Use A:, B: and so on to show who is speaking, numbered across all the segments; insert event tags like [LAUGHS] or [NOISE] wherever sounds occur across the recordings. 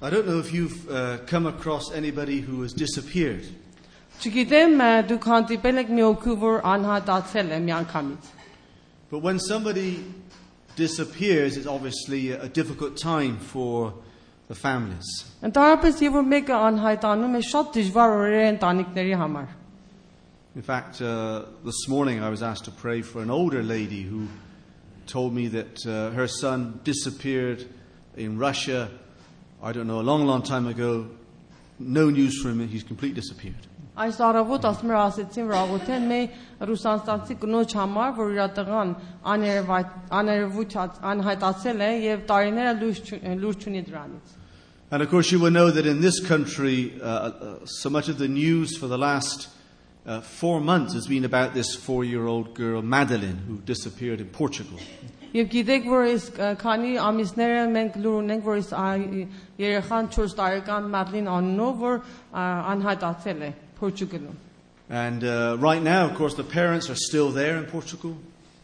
A: I don't know if you've uh, come across anybody who has disappeared.
B: Չգիտեմ, ա, դուք հանդիպել եք մի օկու, որ անհատացել է միանգամից։
A: But when somebody disappears, it's obviously a difficult time for the families.
B: Ընդհանրապես, երբ որ մեկը անհայտանում է, շատ դժվար օրեր են տանիքների համար։
A: In fact, uh, this morning I was asked to pray for an older lady who told me that uh, her son disappeared in Russia, I don't know, a long, long time ago. No news from him, he's completely disappeared.
B: Այս առավոտ ասում էր ասեցին Ռաղոթեն մի ռուսաստանցի կնոջ համար, որ իր տղան աներևայ- աներևույթաց անհայտացել է եւ տարիները լուրջ չու- լուրջ ունի դրանից։
A: And of course, you will know that in this country, uh, uh, so much of the news for the last uh, four months has been about this four year old girl, Madeline, who disappeared in Portugal.
B: Եվ գիտեք, որ այս ա, քանի ամիսները մենք լուր ունենք, որ այս ա- երեխան 4 տարեկան Մադլին անունով որ ա, անհայտացել է Պորտուգալում։
A: And uh, right now, of course, the parents are still there in Portugal.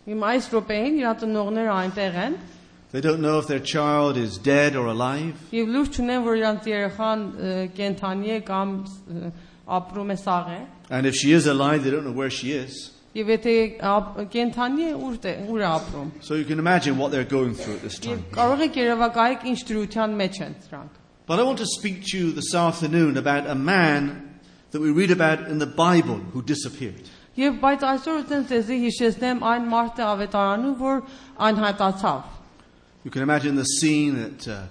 B: Հիմա այս րոպեին իր տնողները այնտեղ են
A: They don't know if their child is dead or alive.
B: եւ լուրջ ունեն, որ իրանց երեխան ա, կենդանի է կամ ա, ապրում է սաղ է։
A: And if she is alive, they don't know where she is.
B: Եվ եթե ապ- կենդանի է ուր է ուր է ապրում։
A: So you can imagine what they're going through at this
B: Եվ
A: time.
B: կարող եք երևակայեք ինչ դրության մեջ են դրանք։
A: But I want to speak to you this afternoon about a man that we read about in the Bible who disappeared.
B: Եվ բայց այսօր ուզեմ ցեզի հիշեցնեմ այն մարդը ավետարանում, որ անհայտացավ։
A: You can imagine the scene that uh,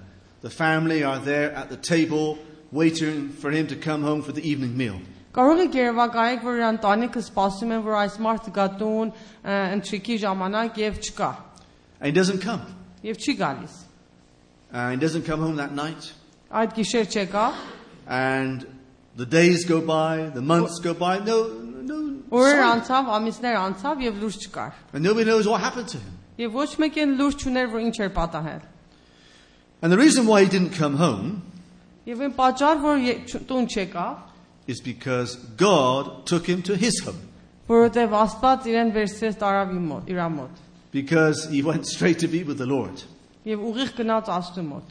A: the family are there at the table waiting for him to come home for the evening meal.
B: Կարող եք երևակայեք, որ իրան տանիքը սպասում են, որ այս մարդը գա տուն ը, ընթրիքի ժամանակ եւ չկա։
A: And he doesn't come.
B: Եվ չի գալիս։
A: And he doesn't come home that night.
B: Այդ գիշեր չեկա։
A: And the days go by, the months go by, no, no,
B: Օրեր
A: sign.
B: անցավ, ամիսներ անցավ եւ լուրջ չկար։
A: And nobody knows what happened to him.
B: Եվ ոչ մեկին լուրջ չուներ, որ ինչ էր պատահել։
A: And the reason why he didn't come home
B: Եվ այն պատճառ, որ ե- չ- տուն չեկա,
A: is because God took him to his home.
B: որովհետև Աստված իրեն վերցրեց տարավ իմ մոտ, իր մոտ
A: Because he [LAUGHS] went straight to be with the Lord.
B: եւ ուղիղ գնաց Աստծո մոտ։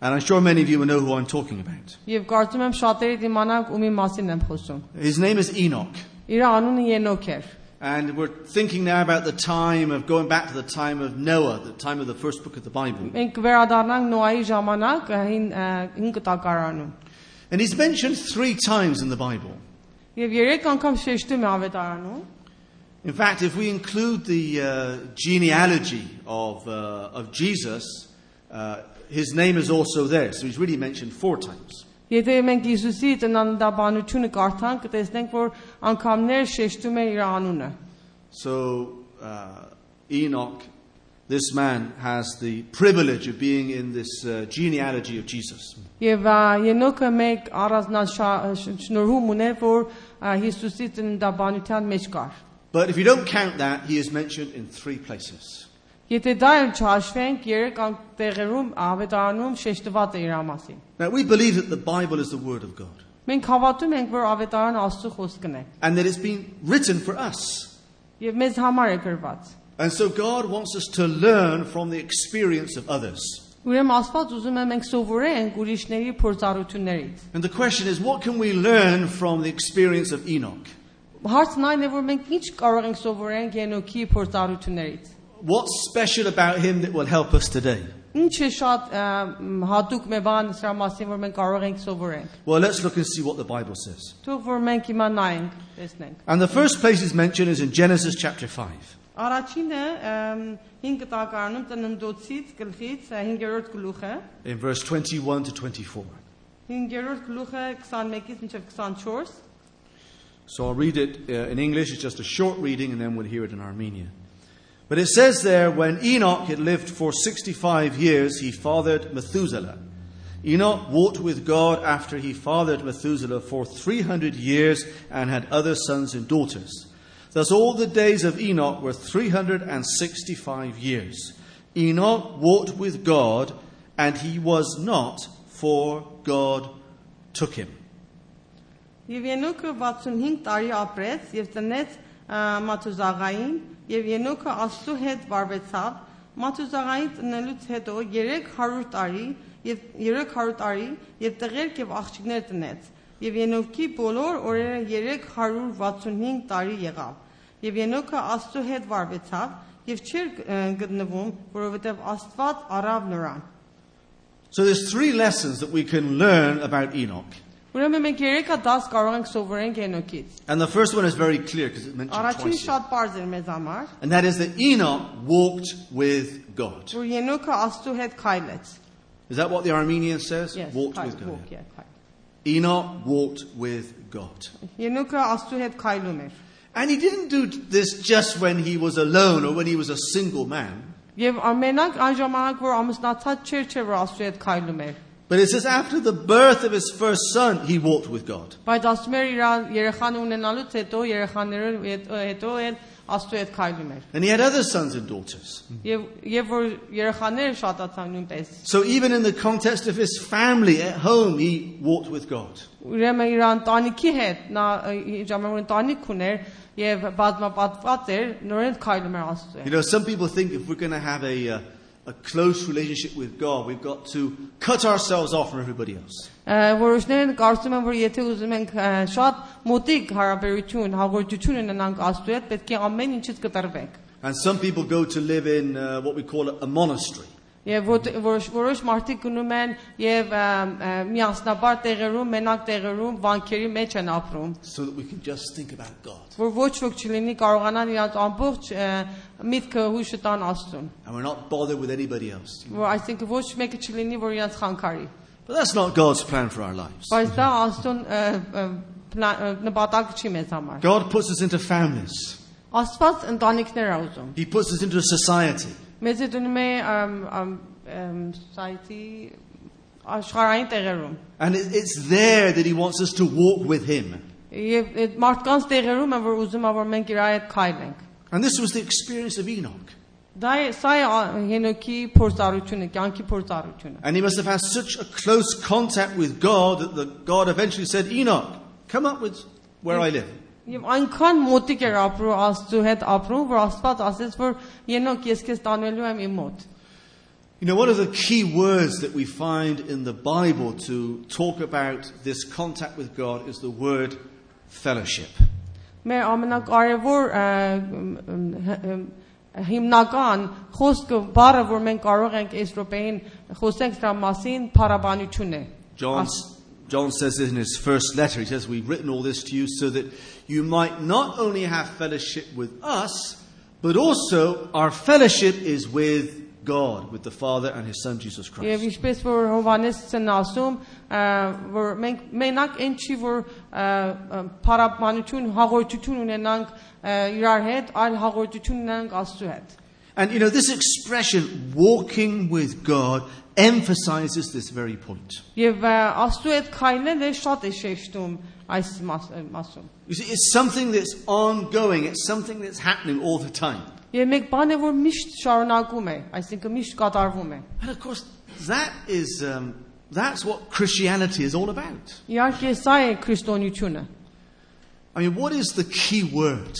A: And I'm sure many of you will know who I'm talking about.
B: Եվ կարծում եմ շատերիդ իմանանք ումի մասին եմ խոսում։
A: His name is Enoch.
B: Իր անունը Ենոք էր։
A: And we're thinking now about the time of going back to the time of Noah, the time of the first book of the Bible.
B: Մենք վերադառնանք Նոայի ժամանակ ա, հին ա, հին կտակարանում։
A: And he's mentioned three times in the Bible.
B: Եվ երեք անգամ շեշտում է ավետարանում։
A: In fact, if we include the uh, genealogy of, uh, of Jesus, uh, his name is also there. So he's really mentioned four times.
B: Եթե մենք Հիսուսի տնանդաբանությունը կարդանք, կտեսնենք, որ անգամներ շեշտում է իր անունը։
A: So uh, Enoch, this man, has the privilege of being in this uh, genealogy of Jesus.
B: Եվ ա, Ենոքը մեկ առանձնաշնորհում ուներ, որ ա, Հիսուսի տնանդաբանության մեջ կար։
A: But if you don't count that, he is mentioned in three places.
B: Եթե դա էլ չհաշվենք, երեք ան- տեղերում ավետարանում շեշտված է իր մասին։
A: Now, we believe that the Bible is the Word of God
B: Մենք հավատում ենք, որ ավետարան Աստծո խոսքն է
A: and that it's been written for us.
B: եւ մեզ համար է գրված։
A: And so God wants us to learn from the experience of others.
B: Ուրեմն Աստված ուզում է մենք սովորենք ուրիշների փորձառություններից։
A: And the question is, what can we learn from the experience of Enoch?
B: Հարցն այն է, որ մենք ինչ կարող ենք սովորենք Ենոքի փորձառություններից։
A: What's special about him that will help us today?
B: Ինչ է շատ ա, մ, հատուկ մի բան սրա մասին, որ մենք կարող ենք սովորենք։
A: Well, let's look and see what the Bible says.
B: Թող որ մենք հիմա նայենք, տեսնենք։
A: And the first place it's mentioned is in Genesis chapter 5.
B: Առաջինը 5 տակարանում տննդոցից գլխից 5-րդ գլուխը
A: in verse 21 to 24.
B: 5-րդ գլուխը 21-ից մինչև 24
A: So I'll read it uh, in English. It's just a short reading, and then we'll hear it in Armenian. But it says there, when Enoch had lived for 65 years, he fathered Methuselah. Enoch walked with God after he fathered Methuselah for 300 years and had other sons and daughters. Thus all the days of Enoch were 365 years. Enoch walked with God, and he was not, for God took him.
B: Եվ Ենոքը 65 տարի ապրեց եւ ծնեց ա, Մաթուզաղային եւ Ենոքը Աստծո հետ վարվեցավ Մաթուզաղային ծնելուց հետո 300 տարի եւ 300 տարի եւ տղերք եւ աղջիկներ տնեց։ Եվ Ենոքի բոլոր օրերը 365 տարի եղավ։ Եվ Ենոքը Աստծո հետ վարվեցավ եւ չէր ը, գտնվում, որովհետեւ Աստված առավ նրան։
A: So there's three lessons that we can learn about Enoch.
B: Ուրեմն մենք երեքա դաս կարող ենք սովորենք Ենոքից։
A: And the first one is very clear because it's mentioned
B: Առաջին
A: twice. here.
B: շատ པարզ էր մեզ համար,
A: And that is that Enoch walked with God.
B: որ Ենոքը Աստծո հետ քայլեց։
A: Is that what the Armenian says?
B: Yes,
A: walked
B: քայլ,
A: with God.
B: walk, yeah, քայլ։
A: Enoch walked with God.
B: Ենոքը Աստծո հետ քայլում էր։
A: And he didn't do this just when he was alone or when he was a single man,
B: Եվ ամենակ այն ժամանակ, որ ամուսնացած չէր, չէ որ Աստծո հետ քայլում էր։
A: but it says after the birth of his first son, he walked with God.
B: Բայց Աստծո մեր իր երեխան ունենալուց հետո երեխաներով հետ- հետո էլ Աստծո հետ քայլում էր։
A: And he had other sons and daughters.
B: Եվ եւ որ երեխաները շատացան նույնպես։
A: So even in the context of his family at home, he walked with God.
B: Ուրեմն իր ընտանիքի հետ նա ը, իր ժամանակ որ ընտանիք ուներ եւ բազմապատված էր, նորեն քայլում էր Աստծո
A: You
B: հետ։
A: know, some people think if we're going to have a, uh, a close relationship with God, we've got to cut ourselves off from everybody else.
B: Ա, Որոշներն կարծում են, որ եթե ուզում ենք ա, շատ մոտիկ հարաբերություն, հաղորդություն ունենանք Աստծո հետ, պետք է ամեն ինչից կտրվենք։
A: And some people go to live in uh, what we call a monastery.
B: Եվ ոտ- որոշ որոշ մարդիկ գնում են եւ ա, ա, միասնաբար տեղերում, մենակ տեղերում, վանքերի մեջ են ապրում,
A: so that we can just think about God.
B: որ ոչ ոք չլինի կարողանան իրաց ամբողջ ա, միտքը հույսը տան Աստծուն,
A: And we're not bothered with anybody else.
B: որ այսինքն ոչ մեկը չլինի, որ իրաց խանգարի։
A: But that's not God's plan for our lives.
B: Բայց դա Աստուն ա, ա, պլա- ա, նպատակ չի մեզ համար։
A: God puts us into families.
B: Աստված ընտանիքներ է ուզում։
A: He puts us into a society.
B: Մեզ է դնում է ամ ամ ամ, սայթի աշխարհային տեղերում։
A: And it- it's there that he wants us to walk with him.
B: Եվ այդ մարդկանց տեղերում է որ ուզում է որ մենք իր այդ քայլենք։
A: And this was the experience of Enoch.
B: Դա է սա է ա- Հենոքի փորձառությունը, կյանքի փորձառությունը։
A: And he must have had such a close contact with God that the God eventually said, Enoch, come up with where I live.
B: Եվ այնքան մոտիկ էր ապրում Աստծո հետ ապրում, որ Աստված ասեց որ Հենոք ես քեզ տանելու եմ իմ մոտ։
A: You know, one of the key words that we find in the Bible to talk about this contact with God is the word fellowship.
B: Մեր ամենակարևոր ա, մ, մ, հ- մ, հիմնական խոսքը բառը որ մենք կարող ենք այս րոպեին խոսենք դրա մասին փառաբանություն է։
A: John, John says this in his first letter. He says, We've written all this to you so that you might not only have fellowship with us, but also our fellowship is with God, with the Father and his Son Jesus Christ.
B: Եվ ինչպես որ Հովանեսն ասում, ա, որ մենք մենակ այն չի որ ա, ա, փառաբանություն, հաղորդություն ունենանք ա, իրար հետ, այլ հաղորդություն ունենանք Աստծո հետ։
A: And you know, this expression, walking with God, emphasizes this very point.
B: Եվ ա, Աստծո հետ քայլելը շատ է շեշտում այս մաս- մասում։
A: You see, it's something that's ongoing, it's something that's happening all the time.
B: Եվ մեկ բան է, որ միշտ շարունակում է, այսինքն միշտ կատարվում է։
A: And of course, that is, um, that's what Christianity is all about.
B: Իհարկե, սա է քրիստոնեությունը։
A: I mean, what is the key word?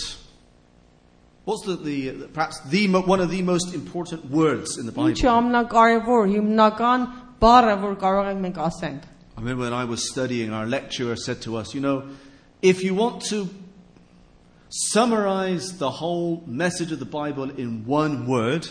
A: What's the, the perhaps the mo- one of the most important words in the Bible?
B: Ինչը ամենակարևոր հիմնական բառը, որ կարող ենք մենք ասենք։
A: I remember when I was studying, our lecturer said to us, "You know, if you want to summarize the whole message of the Bible in one word,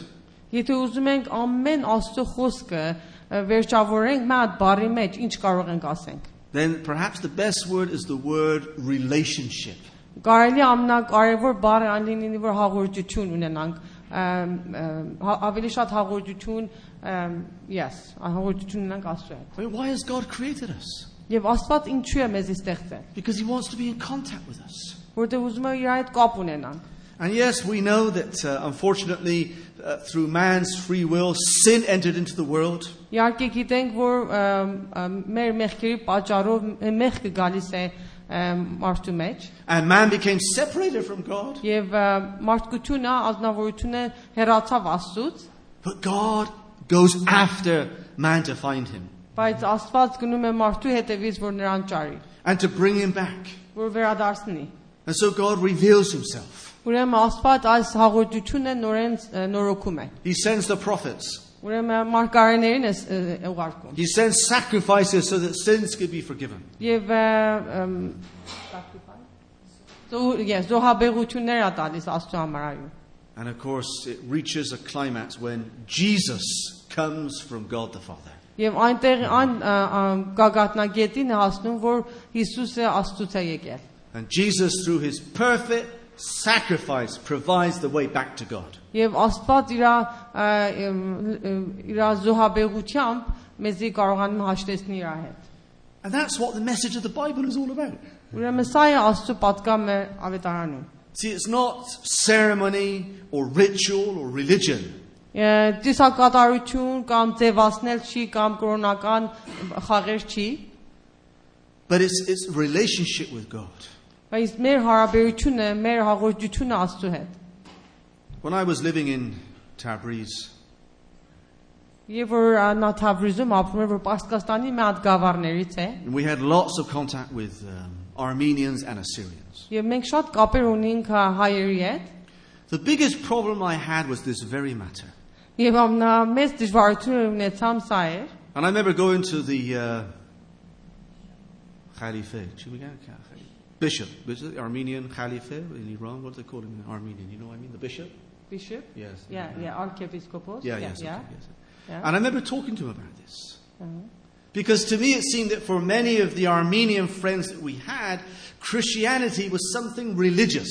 B: Եթե ուզում ենք ամեն Աստծո խոսքը ը, վերջավորենք մի հատ բառի մեջ, ինչ կարող ենք ասենք։
A: then perhaps the best word is the word relationship."
B: Կարելի է ամենակարևոր բառը այն լինի, որ հաղորդություն ունենանք, ըմ, ըմ, հա- ավելի շատ հաղորդություն, ըմ, yes, հաղորդություն ունենանք Աստծո հետ։
A: I mean, why has God created us?
B: Եվ Աստված ինչու է մեզ ստեղծել,
A: Because He wants to be in contact with us.
B: որտեղ ուզում է իր հետ կապ ունենանք։
A: And yes, we know that uh, unfortunately, uh, through man's free will, sin entered into the world.
B: Իհարկե գիտենք, որ ըմ, ըմ, մեր մեղքերի պատճառով մեղքը գալիս է ըմ, մարդու մեջ։
A: And man became separated from God.
B: Եվ ա, մարդկությունը, ազնվորությունը հերացավ Աստծուց,
A: But God goes after man to find him
B: բայց Աստված գնում է մարդու հետևից, որ նրան ճարի,
A: and to bring him back.
B: որ վերադարձնի։
A: And so God reveals himself.
B: Ուրեմն Աստված այս հաղորդությունը նորեն ա, նորոգում է։
A: He sends the prophets.
B: Ուրեմն մարգարեներին է ս- է ուղարկում։
A: He sends sacrifices so that sins could be forgiven.
B: Եվ ը, ըմ, զո- yes, զոհաբերություններ է տալիս Աստծո համար այո։
A: And of course, it reaches a climax when Jesus comes from God the Father.
B: Եվ այնտեղ այն ը, ը, գագաթնագետին է հասնում, որ Հիսուսը Աստծուց է եկել։
A: And Jesus, through his perfect sacrifice, provides the way back to God.
B: Եվ Աստված իր իր զոհաբերությամբ մեզի կարողանում հաշտեցնել իր հետ։
A: And that's what the message of the Bible is all about.
B: Ուրեմն սա է Աստծո պատկամը ավետարանում։
A: See, it's not ceremony or ritual or religion.
B: Ե, Ծիսակատարություն կամ ձևացնել չի կամ կրոնական խաղեր չի,
A: But it's, it's relationship with God.
B: բայց մեր հարաբերությունը, մեր հաղորդությունը Աստծո հետ։
A: When I was living in Tabriz,
B: Եվ որ ա, նա Թավրիզում ապրում է, որ Պարսկաստանի մի հատ գավառներից է,
A: we had lots of contact with um, Armenians and Assyrians.
B: եւ մենք շատ կապեր ունենք ա, հայերի հետ,
A: The biggest problem I had was this very matter.
B: եւ ամենամեծ դժվարությունը ունեցամ սա էր։
A: And I remember going to the uh, Khalife, Chumigan Khalife, bishop, was it the Armenian Khalife in Iran? What do they call him in Armenian? You know what I mean? The bishop?
B: Bishop,
A: Yes.
B: yeah, yeah, archiepiscopos,
A: Yeah, yes, okay, yes.
B: yeah.
A: And I remember talking to him about this. Because to me, it seemed that for many of the Armenian friends that we had, Christianity was something religious.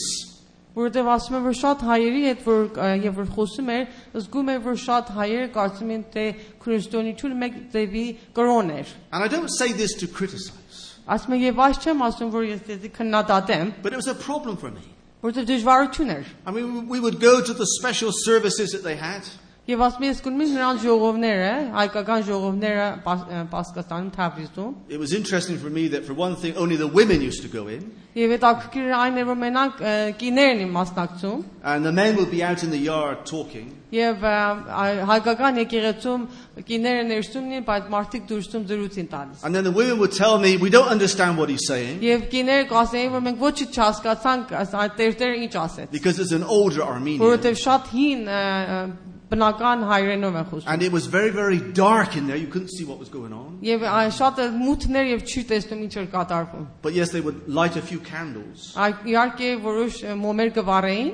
B: Որտեւ ասում եմ որ շատ հայերի հետ որ ա, եւ որ խոսում էր, զգում եմ որ շատ հայերը կարծում են թե քրիստոնեությունը մեկ ձևի կրոն էր։
A: And I don't say this to criticize,
B: Ասում եմ եւ այս չեմ ասում որ ես դեզի քննադատեմ,
A: but it was a problem for me.
B: որտեւ դժվարություն էր։
A: I mean, we would go to the special services that they had,
B: Եվ ասում եմ ես գնում եմ նրանց ժողովները, հայկական ժողովները Պաս- ա, Պարսկաստանում Թավրիզում,
A: It was interesting for me that, for one thing, only the women used to go in,
B: եւ այդ ակրկիրը այն էր որ մենակ ա, կիներն իմ մասնակցում։
A: and the men would be out in the yard talking,
B: Եվ ա, ա, հայկական եկեղեցում կիները ներսումն են, բայց մարդիկ դուրսում զրուցին տալիս։
A: and then the women would tell me, "We don't understand what he's saying
B: Եվ կիները կասեին, որ մենք ոչինչ չհասկացանք, այս այդ տերտերը ինչ ասեց։
A: because it's an older Armenian."
B: Որովհետև շատ հին ա, ա, բնական հայրենով են խոսում։
A: And it was very, very dark in there. You couldn't see what was going on.
B: Եվ ա, շատ էլ մութներ եւ չի տեսնում ինչ էր կատարվում։
A: But yes, they would light a few candles.
B: Այ- Իհարկե որոշ ա, մոմեր կվառեին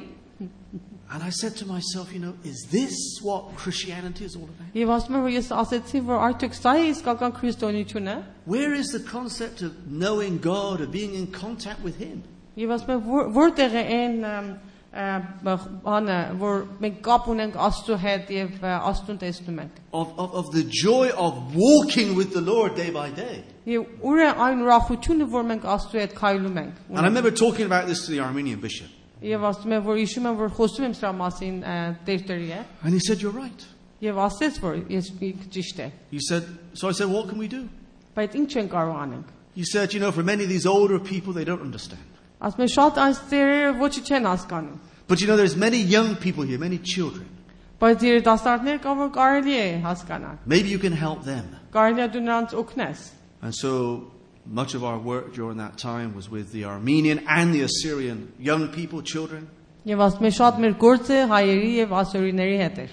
A: And I said to myself, you know, is this what Christianity is all about?
B: եւ ասում եմ, որ ես ասեցի, որ արդյոք սա է իսկական քրիստոնեությունը։
A: Where is the concept of knowing God, of being in contact with Him?
B: Եվ ասում եմ որ- որտեղ է այն ըմ, ը, բանը, որ մենք կապ ունենք Աստծո հետ եւ ը, Աստուն տեսնում ենք։
A: Of, of, of the joy of walking with the Lord day by day?
B: Եվ ուր է այն ուրախությունը, որ մենք Աստծո հետ քայլում ենք։
A: And I remember talking about this to the Armenian bishop.
B: Եվ ասում եմ, որ հիշում եմ, որ խոսում եմ սրա մասին ը, Տերտերի հետ
A: And he said, You're right.
B: եւ ասեց, որ ես ինքը ճիշտ է։
A: He said, So I said, What can we do?
B: Բայց ինչ են կարող անենք։
A: He said, You know, for many of these older people, they don't understand.
B: Ասում եմ շատ այս ծերերը ոչի չեն հասկանում։
A: But you know, there's many young people here, many children.
B: Բայց երիտասարդներ կան, որ կարելի է հասկանալ։
A: Maybe you can help them.
B: Կարելի է դու նրանց օգնես։
A: And so much of our work during that time was with the Armenian and the Assyrian young people, children,
B: Եվ ասում եմ շատ մեր գործը հայերի եւ ասորիների հետ է։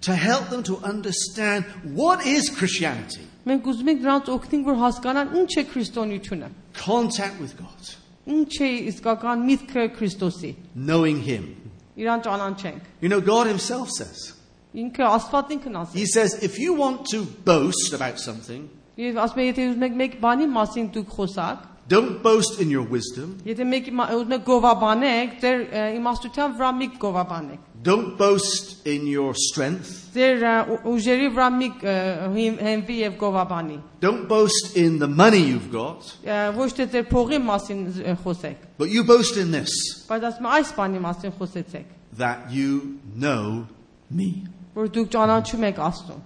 A: to help them to understand what is Christianity
B: Մենք ուզում ենք նրանց օգնենք, որ հասկանան ինչ է քրիստոնեությունը։
A: contact with God,
B: Ինչ է իսկական միտքը Քրիստոսի։
A: knowing Him.
B: Իրան ճանաչենք։
A: You know, God Himself says,
B: Ինքը Աստված ինքն ասի։
A: He says, if you want to boast about something,
B: Եվ ասում եմ, եթե ուզում եք մեկ բանի մասին դուք խոսակ,
A: don't boast in your wisdom,
B: եթե մեկ իմ- ուզում եք գովաբանեք, ձեր ը, իմաստության վրա մի գովաբանեք։
A: don't boast in your strength.
B: Ձեր ը, ու- ուժերի վրա մի ը, հին- հենվի եւ գովաբանի։
A: Don't boast in the money you've got,
B: Ը, Ոչ թե ձեր փողի մասին զ- ը, խոսեք,
A: but you boast in this
B: բայց ասում եմ այս բանի մասին խոսեցեք,
A: that you know me.
B: որ դուք ճանաչում եք Աստծուն։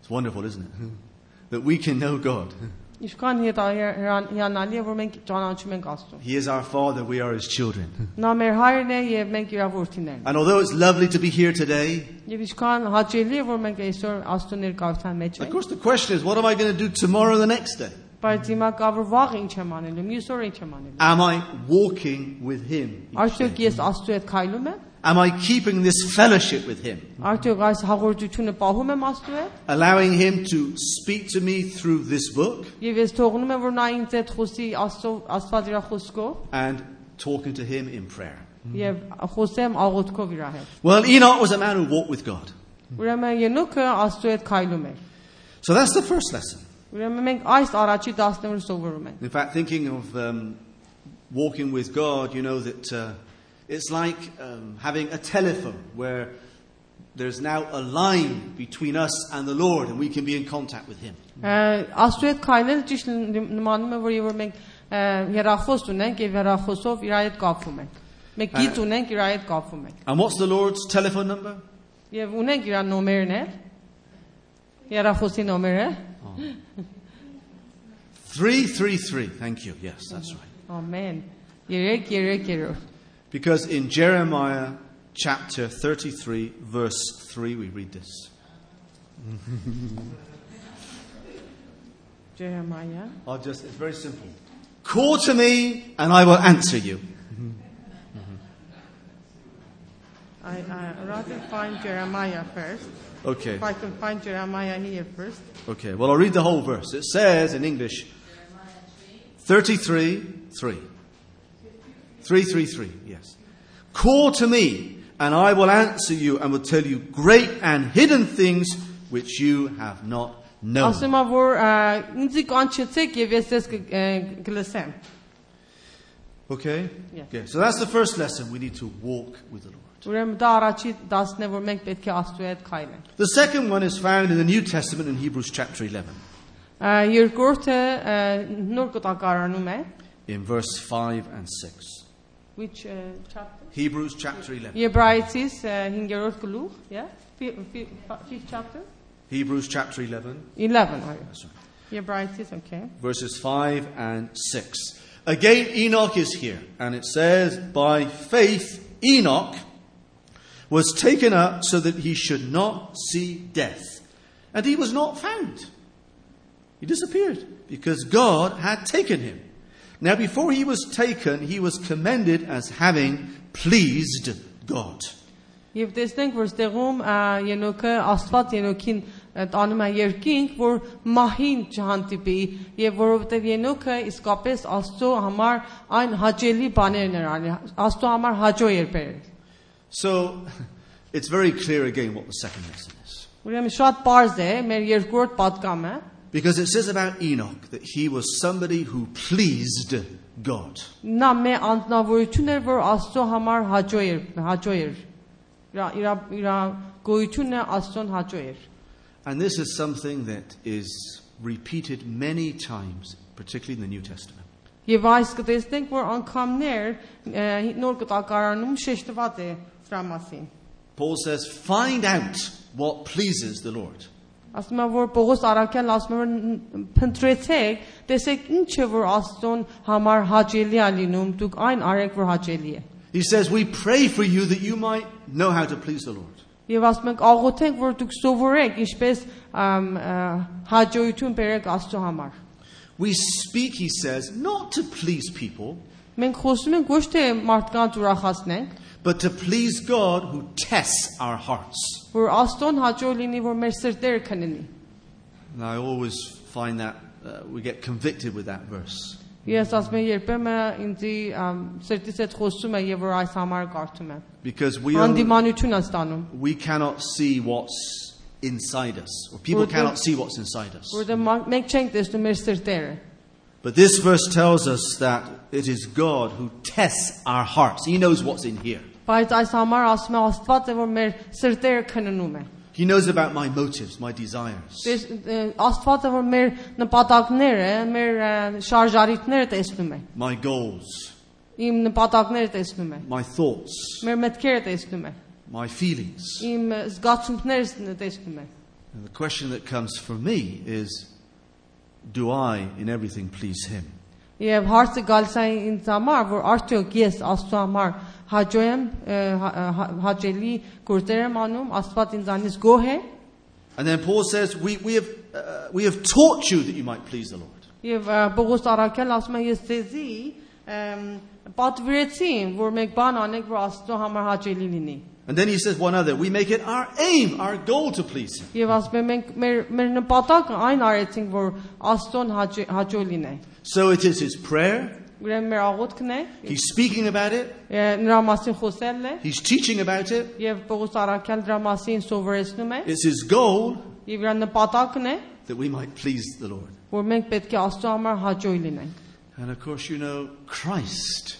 A: It's wonderful, isn't it? [LAUGHS] That we can know God.
B: Ինչքան հետա- հրան- հիանալի է, որ մենք ճանաչում ենք Աստծուն։
A: He is our Father, we are His children.
B: Նա մեր հայրն է եւ մենք իր որդիներն։
A: And although it's lovely to be here today,
B: Եվ ինչքան հաճելի է, որ մենք այսօր Աստծո ներկայության մեջ
A: of
B: ենք,
A: course the question is, what am I going to do tomorrow, the next day?
B: բայց հիմա կավը վաղ ինչ եմ անելու, մյուս օրը ինչ եմ անելու։
A: Am I walking with Him? each
B: Արդյոք
A: day?
B: ես Աստծո հետ քայլում եմ
A: Am I keeping this fellowship with Him,
B: Արդյոք այս հաղորդությունը պահում եմ Աստծո հետ
A: allowing Him to speak to me through this book
B: եւ ես թողնում եմ որ նա ինձ այդ խոսի Աստծո Աստված իր խոսքով
A: and talking to Him in prayer?
B: եւ խոսեմ աղոթքով իր հետ։
A: Well, Enoch was a man who walked with God.
B: Ուրեմն Ենոքը Աստծո հետ քայլում էր։
A: So that's the first lesson.
B: Ուրեմն մենք այս առաջի 10-ը սովորում ենք։
A: In fact, thinking of um, walking with God, you know that uh, it's like um, having a telephone where there's now a line between us and the Lord, and we can be in contact with Him.
B: Ա, Աստծո հետ քայլել ճիշտ ն- նմանում է որ երբ որ մենք ա, հեռախոս ունենք եւ հեռախոսով իր հետ կապվում ենք։ Մենք գիծ ունենք իր հետ կապվում ենք։
A: And what's the Lord's telephone number?
B: Եվ ունենք իր նոմերն էլ։ Հեռախոսի նոմերը։
A: 333. Thank you. Yes, that's right.
B: Ամեն։ 333-րդ։
A: Because in Jeremiah chapter 33, verse 3, we read this.
B: Ջերեմայա։
A: I'll just, it's very simple. Call to me, and I will answer you.
B: I I rather find Jeremiah first.
A: Okay.
B: If I can find Jeremiah here first.
A: Okay, well, I'll read the whole verse. It says in English 33 3. 3 3 3, yes. Call to me, and I will answer you and will tell you great and hidden things which you have not known.
B: Ասում եմ որ ա, ինձ կանչեցեք եւ ես ես կգ- ա, կլսեմ։
A: Okay?
B: Yeah.
A: Okay, so that's the first lesson. We need to walk with the Lord.
B: Ուրեմն դա առաջի 10-ն է որ մենք պետք է Աստծո հետ քայլենք։
A: The second one is found in the New Testament in Hebrews chapter 11,
B: Ա, Երկրորդը ա, նոր կտակարանում է
A: in verse 5 and 6.
B: which ա, chapter
A: Hebrews chapter 11.
B: Եբրայեցիս 5-րդ գլուխ, yeah? 5th chapter
A: Hebrews chapter 11.
B: 11, այո։
A: That's right.
B: Եբրայեցիս, okay։
A: verses 5 and 6. Again, Enoch is here, and it says, By faith, Enoch was taken up so that he should not see death. And he was not found. He disappeared because God had taken him. Now, before he was taken, he was commended as having pleased God.
B: Եվ տեսնենք, որ ստեղում ա, Ենոքը Աստված Ենոքին ա, տանում է երկինք, որ մահին չհանդիպի, եւ որովհետեւ Ենոքը իսկապես Աստծո համար այն հաճելի բաներն էր արել, Աստծո համար հաջող երբեր։ էր։
A: So, [LAUGHS] it's very clear again what the second lesson is.
B: Ուրեմն շատ པարզ է մեր երկրորդ պատկամը,
A: Because it says about Enoch that he was somebody who pleased God.
B: նա մե անznավորություն էր, որ Աստծո համար հաջող էր, հաջող էր։ Իրա իրա իրա գոյությունը Աստծոն հաջող էր։
A: And this is something that is repeated many times, particularly in the New Testament.
B: Եվ այս կտեսնենք, որ անգամներ ա, նոր կտակարանում շեշտված է սրա մասին։
A: Paul says, Find out what pleases the Lord.
B: Ասում եմ որ Պողոս Արաքյալն ասում է որ ն- փնտրեցեք, տեսեք ինչ է որ Աստծոն համար հաճելի է լինում, դուք այն արեք որ հաճելի է։
A: He says, We pray for you that you might know how to please the Lord.
B: Եվ ասում ենք աղոթենք որ դուք սովորեք ինչպես ամ, ա, հաջողություն բերեք Աստծո համար։
A: We speak, he says, not to please people,
B: Մենք խոսում ենք ոչ թե մարդկանց ուրախացնենք,
A: but to please God who tests our hearts.
B: որ Աստծոն հաջող լինի, որ մեր սրտերը քննի։
A: And I always find that uh, we get convicted with that verse.
B: Ես ասում եմ երբեմն ինձ սրտից այդ խոսում է եւ որ այս համար կարդում եմ։
A: Because we, only-
B: Անդիմանություն է ստանում։
A: we cannot see what's inside us, or people
B: Well, the-
A: cannot see what's inside us.
B: Որտե մենք չենք տեսնում մեր սրտերը։
A: But this verse tells us that it is God who tests our hearts. He knows what's in here.
B: Բայց այս համար ասում է Աստված է որ մեր սրտերը քննում է։
A: He knows about my motives, my desires.
B: Տես ը, Աստված է որ մեր նպատակները, մեր ը, շարժարիտները տեսնում է։
A: my goals,
B: Իմ նպատակները տեսնում է։
A: my thoughts,
B: Մեր մտքերը տեսնում է։
A: my feelings.
B: Իմ ը, զգացումներս ն- տեսնում է։
A: And the question that comes for me is do I in everything please Him?
B: Եվ հարցը գալիս է ինձ համար, որ արդյոք ես Աստծո համար հաջող եմ, ը, հա- հա- հաճելի գործեր եմ անում, Աստված ինձանից գոհ է։
A: And then Paul says, We, we, have, uh, we have taught you that you might please the Lord.
B: Եվ ա, Պողոս Արաքյալ ասում է ես ցեզի ա, ըմ, պատվիրեցին, որ մեկ բան անենք, որ Աստծո համար հաճելի լինի։
A: And then he says one other, we make it our aim, our goal to please him.
B: Եվ ասում եմ մենք մեր մեր նպատակը այն արեցինք, որ Աստծոն հաճո- հաճո լինի։
A: So it is his prayer.
B: Ուրեմն մեր աղոթքն է,
A: He's speaking about it.
B: ե, նրա մասին խոսելն է,
A: He's teaching about it.
B: եւ Պողոս Արաքյալ դրա մասին սովորեցնում է,
A: It's his goal
B: եւ իր նպատակն է,
A: that we might please the Lord.
B: որ մենք պետք է Աստծո համար հաճոյ լինենք։
A: And of course, you know, Christ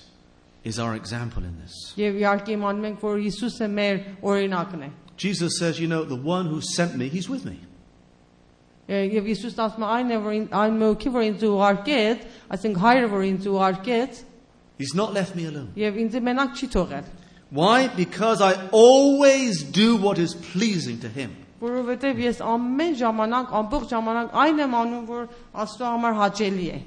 A: is our example in this.
B: Եվ իհարկե իմանում ենք, որ Հիսուսը մեր օրինակն է։
A: Jesus says, you know, the one who sent me, he's with me.
B: Ե, Եվ Հիսուսն ասում է այն է, որ ին- այն մոգի, որ ինձ ուղարկեց, այսինքն հայրը, որ ինձ ուղարկեց,
A: He's not left me alone.
B: եւ ինձ մենակ չի թողել,
A: Why? Because I always do what is pleasing to him.
B: որովհետեւ ես ամեն ժամանակ, ամբողջ ժամանակ այն եմ անում, որ Աստծո համար հաճելի է։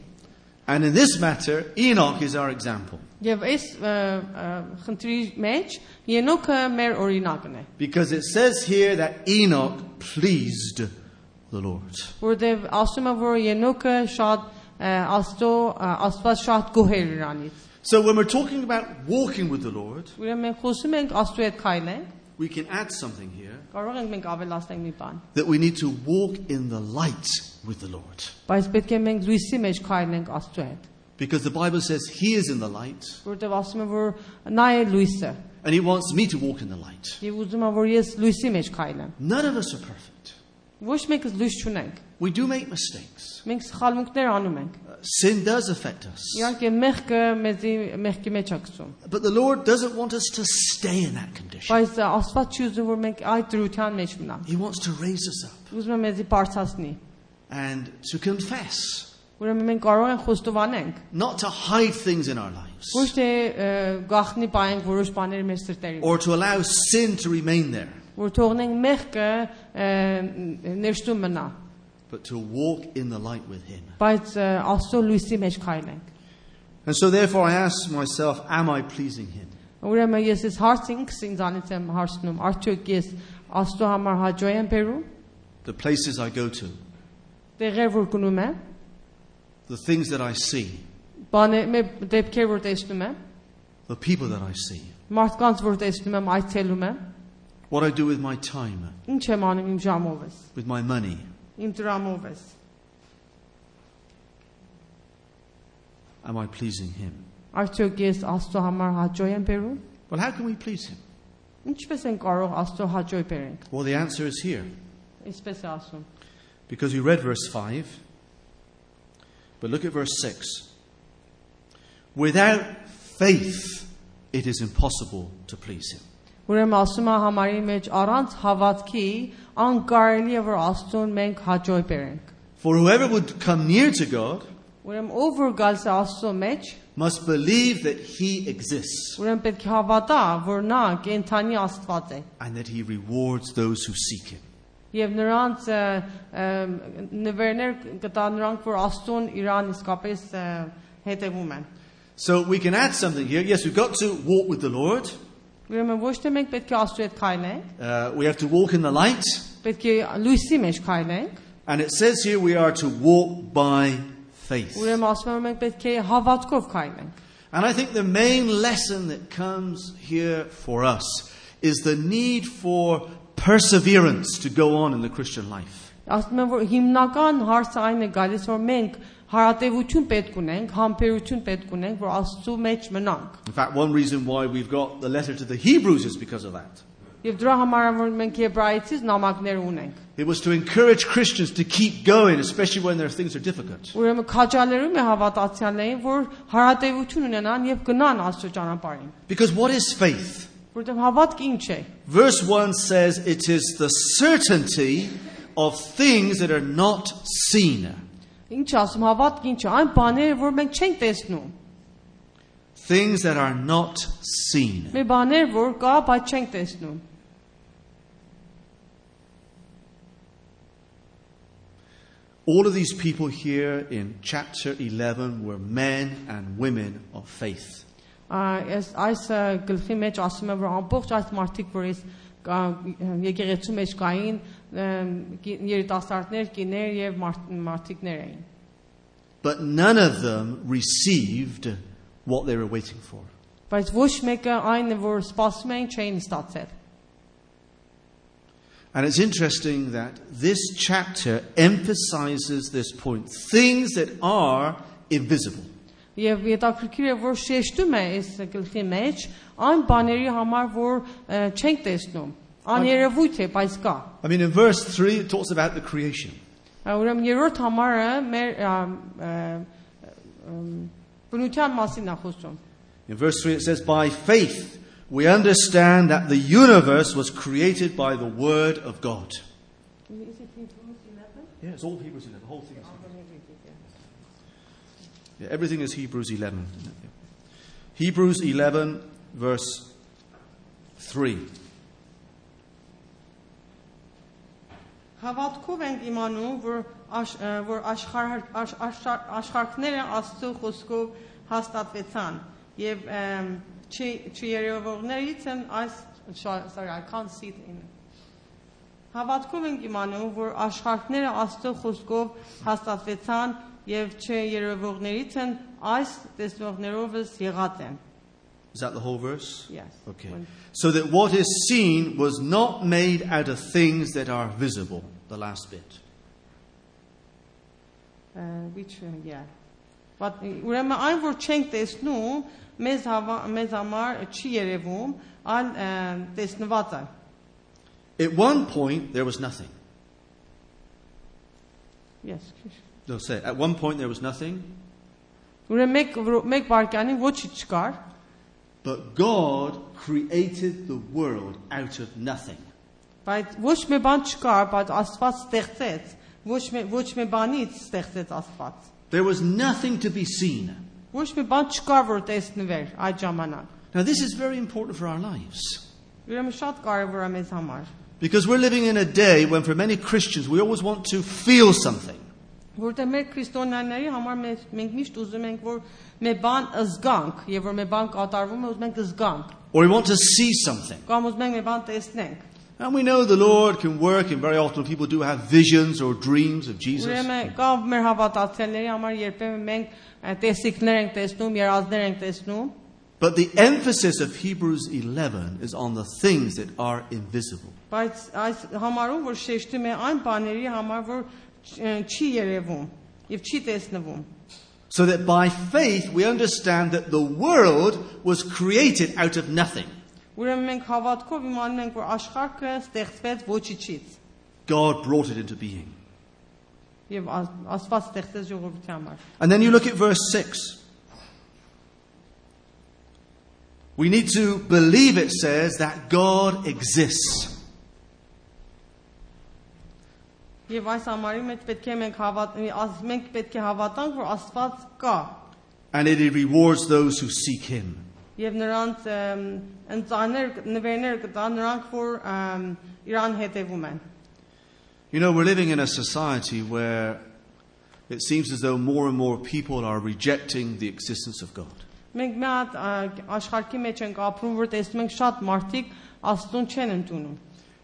A: And in this matter, Enoch is our example.
B: Եվ այս ը, ը, խնդրի մեջ Ենոքը մեր օրինակն է,
A: Because it says here that Enoch pleased the Lord.
B: որովհետև ասում է, որ Ենոքը շատ ը, Աստծո ը, Աստված շատ գոհ էր իրանից։
A: So when we're talking about walking with the Lord,
B: Ուրեմն մենք խոսում ենք Աստծո հետ քայլենք,
A: we can add something here
B: կարող ենք մենք ավելացնել մի բան,
A: that we need to walk in the light with the Lord.
B: բայց պետք է մենք լույսի մեջ քայլենք Աստծո հետ,
A: Because the Bible says he is in the light
B: որովհետև ասում է, որ նա է լույսը,
A: and he wants me to walk in the light.
B: եւ ուզում է, որ ես լույսի մեջ քայլեմ։
A: None of us are perfect.
B: Ոչ մեկս լույս չունենք։
A: We do make mistakes.
B: Մենք սխալմունքներ անում ենք։
A: Uh, Sin does affect us.
B: Իհարկե մեղքը մեզի մեղքի մեջ է գցում։
A: But the Lord doesn't want us to stay in that condition.
B: Բայց Աստված չի ուզում, որ մենք այդ դրության մեջ մնանք։
A: He wants to raise us up
B: Ուզում է մեզի բարձրացնի։
A: and to confess,
B: Ուրեմն մենք կարող ենք խոստովանենք,
A: not to hide things in our
B: ոչ
A: lives
B: թե ը, գախնի պայենք որոշ բաներ մեր սրտերի, մեջ,
A: or to allow sin to remain there,
B: որ թողնենք մեղքը ը, ներշտում մնա,
A: but to walk in the light with Him.
B: բայց ը, Աստծո լույսի մեջ քայլենք։
A: And so, therefore, I ask myself, am I pleasing Him?
B: Ուրեմն ես ես հարց ինքս ինձանից եմ հարցնում, արդյոք ես Աստծո համար հաջող եմ բերում,
A: The places I go to,
B: տեղեր որ գնում եմ,
A: the things that I see,
B: բաներ մեր դեպքեր որ տեսնում եմ,
A: the people that I see,
B: մարդկանց որ տեսնում եմ, այցելում եմ,
A: what I do with my time,
B: ինչ եմ անում իմ ժամովս,
A: with my money,
B: իմ դրամովս։
A: am I pleasing Him?
B: Արդյոք ես Աստծո համար հաջող եմ բերում։
A: Well, how can we please Him?
B: Ինչպես են կարող Աստծո հաջող բերենք։
A: Well, the answer is here.
B: Ինչպես է ասում։
A: Because we read verse 5. But look at verse 6. Without faith, it is impossible to please Him.
B: Ուրեմն ասում է համարի մեջ առանց հավատքի անկարելի է որ Աստծուն մենք հաջող բերենք։
A: For whoever would come near to God
B: Ուրեմն ով որ գալիս է Աստծո մեջ,
A: must believe that He exists
B: ուրեմն պետք է հավատա, որ նա կենթանի Աստված է
A: and that He rewards those who seek Him.
B: եւ նրանց ը, ըմ, նվերներ կտա նրանք, որ Աստծուն իրան իսկապես ը, հետևում են։
A: So we can add something here. Yes, we've got to walk with the Lord.
B: Ուրեմն ոչ թե մենք պետք է Աստծո հետ քայլենք,
A: Uh, we have to walk in the light.
B: պետք է լույսի մեջ քայլենք
A: And it says here we are to walk by faith.
B: Ուրեմն ասում եմ մենք պետք է հավատքով քայլենք։
A: And I think the main lesson that comes here for us is the need for perseverance to go on in the Christian life.
B: Ասում եմ որ հիմնական հարցը այն է գալիս որ մենք հարատեվություն պետք ունենք, համբերություն պետք ունենք, որ Աստծո մեջ մնանք։
A: In fact, one reason why we've got the letter to the Hebrews is because of that.
B: Եվ դրա համար է, որ մենք Եբրայեցից նամակներ ունենք։
A: It was to encourage Christians to keep going, especially when their things are difficult.
B: Ուրեմն քաջալերում է հավատացյալներին, որ հարատեվություն ունենան եւ գնան Աստծո ճանապարհին։
A: Because what is faith?
B: Որտեղ հավատք ինչ է։
A: Verse 1 says it is the certainty of things that are not seen,
B: Ինչ ասում հավատք ինչ է, այն բաները, որ մենք չենք տեսնում։
A: things that are not seen.
B: Մի բաներ, որ կա, բայց չենք տեսնում։
A: All of these people here in chapter 11 were men and women of faith.
B: Այս այս ա, գլխի մեջ ասում եմ որ ամբողջ այս մարդիկ որ ես կա- եկեղեցու մեջ կային ըմ, կի- երիտասարդներ, կիներ եւ մարդ- մարդիկներ էին
A: But none of them received what they were waiting for.
B: Բայց ոչ մեկը այն, որ սպասում էին, չէին ստացել։
A: And it's interesting that this chapter emphasizes this point things that are invisible.
B: Եվ հետաքրքիր է, որ շեշտում է այս գլխի մեջ այն բաների համար, որ ը, չենք տեսնում։ Աներևույթ է, բայց կա։
A: I mean, in verse 3, it talks about the creation.
B: Ա, Ուրեմն երրորդ համարը մեր ա, ը, ըմ, բնության մասին է խոսում։
A: In verse 3, it says, By faith we understand that the universe was created by the word of God. Yeah, it's all Hebrews 11. The whole thing is Hebrews. Yeah, everything is Hebrews 11. Hebrews 11, verse 3.
B: Հավատքով ենք իմանում, որ աշ, ը, որ աշխարհ աշ, աշ, աշխարհները Աստծո խոսքով հաստատվեցան եւ ըմ, չի չերևողներից են այս շա- sorry I can't see it in Հավատքով ենք իմանում, որ աշխարհները Աստծո խոսքով հաստատվեցան եւ չերևողներից են այս տեսողներովս եղած են։
A: Is that the whole verse?
B: Yes.
A: Okay.
B: One.
A: So that what is seen was not made out of things that are visible. The last bit.
B: Uh, which uh, yeah but ուրեմն այն որ չենք տեսնում մեզ հավա, մեզ համար չի երևում այլ ը, տեսնված է
A: At one point, there was nothing.
B: yes
A: No, say, it. at one point, there was nothing,
B: ուրեմն մեկ որ- մեկ վարկանին ոչինչ չկար
A: but God created the world out of nothing.
B: բայց ոչ մի բան չկար բայց աստված ստեղծեց ոչ մի ոչ մի բանից ստեղծեց աստված
A: There was nothing to be seen.
B: ոչ մի բան չկար որ տեսնվեր այդ ժամանակ
A: Now, this is very important for our lives
B: ուրեմն շատ կարևոր է մեզ համար
A: because we're living in a day when, for many Christians, we always want to feel something.
B: որտեղ մեր քրիստոնյաների համար մենք, մենք միշտ ուզում ենք որ մի բան զգանք եւ որ մի բան կատարվում է ուզում ենք զգանք
A: Or we want to see something.
B: կամ ուզում ենք մի բան տեսնենք
A: And we know the Lord can work, and very often people do have visions or dreams of Jesus.
B: ուրեմն կամ մեր հավատացյալների համար երբեմն մենք ա, տեսիքներ ենք տեսնում երազներ ենք տեսնում
A: But the emphasis of Hebrews 11 is on the things that are invisible.
B: բայց այս համարում որ շեշտում է այն բաների համար որ չ- ը, չի երևում եւ չի տեսնվում
A: So that by faith we understand that the world was created out of nothing.
B: ուրեմն մենք հավատքով իմանում ենք որ աշխարհը ստեղծվեց ոչինչից
A: God brought it into being.
B: եւ Աս- աստված ստեղծեց ժողովրդի համար
A: And then you look at verse 6. We need to believe, it says, that God exists.
B: Եվ այս համարի մեջ պետք է մենք հավատանք, մենք պետք է հավատանք, որ Աստված կա
A: And that he rewards those who seek him.
B: եւ նրանց ըմ, ընտաներ նվերներ կտա նրանք, որ ըմ, իրան հետևում են։
A: You know, we're living in a society where it seems as though more and more people are rejecting the existence of God.
B: Մենք մի հատ ա, աշխարհի մեջ ենք ապրում, որ տեսնում ենք շատ մարդիկ Աստուն չեն ընդունում։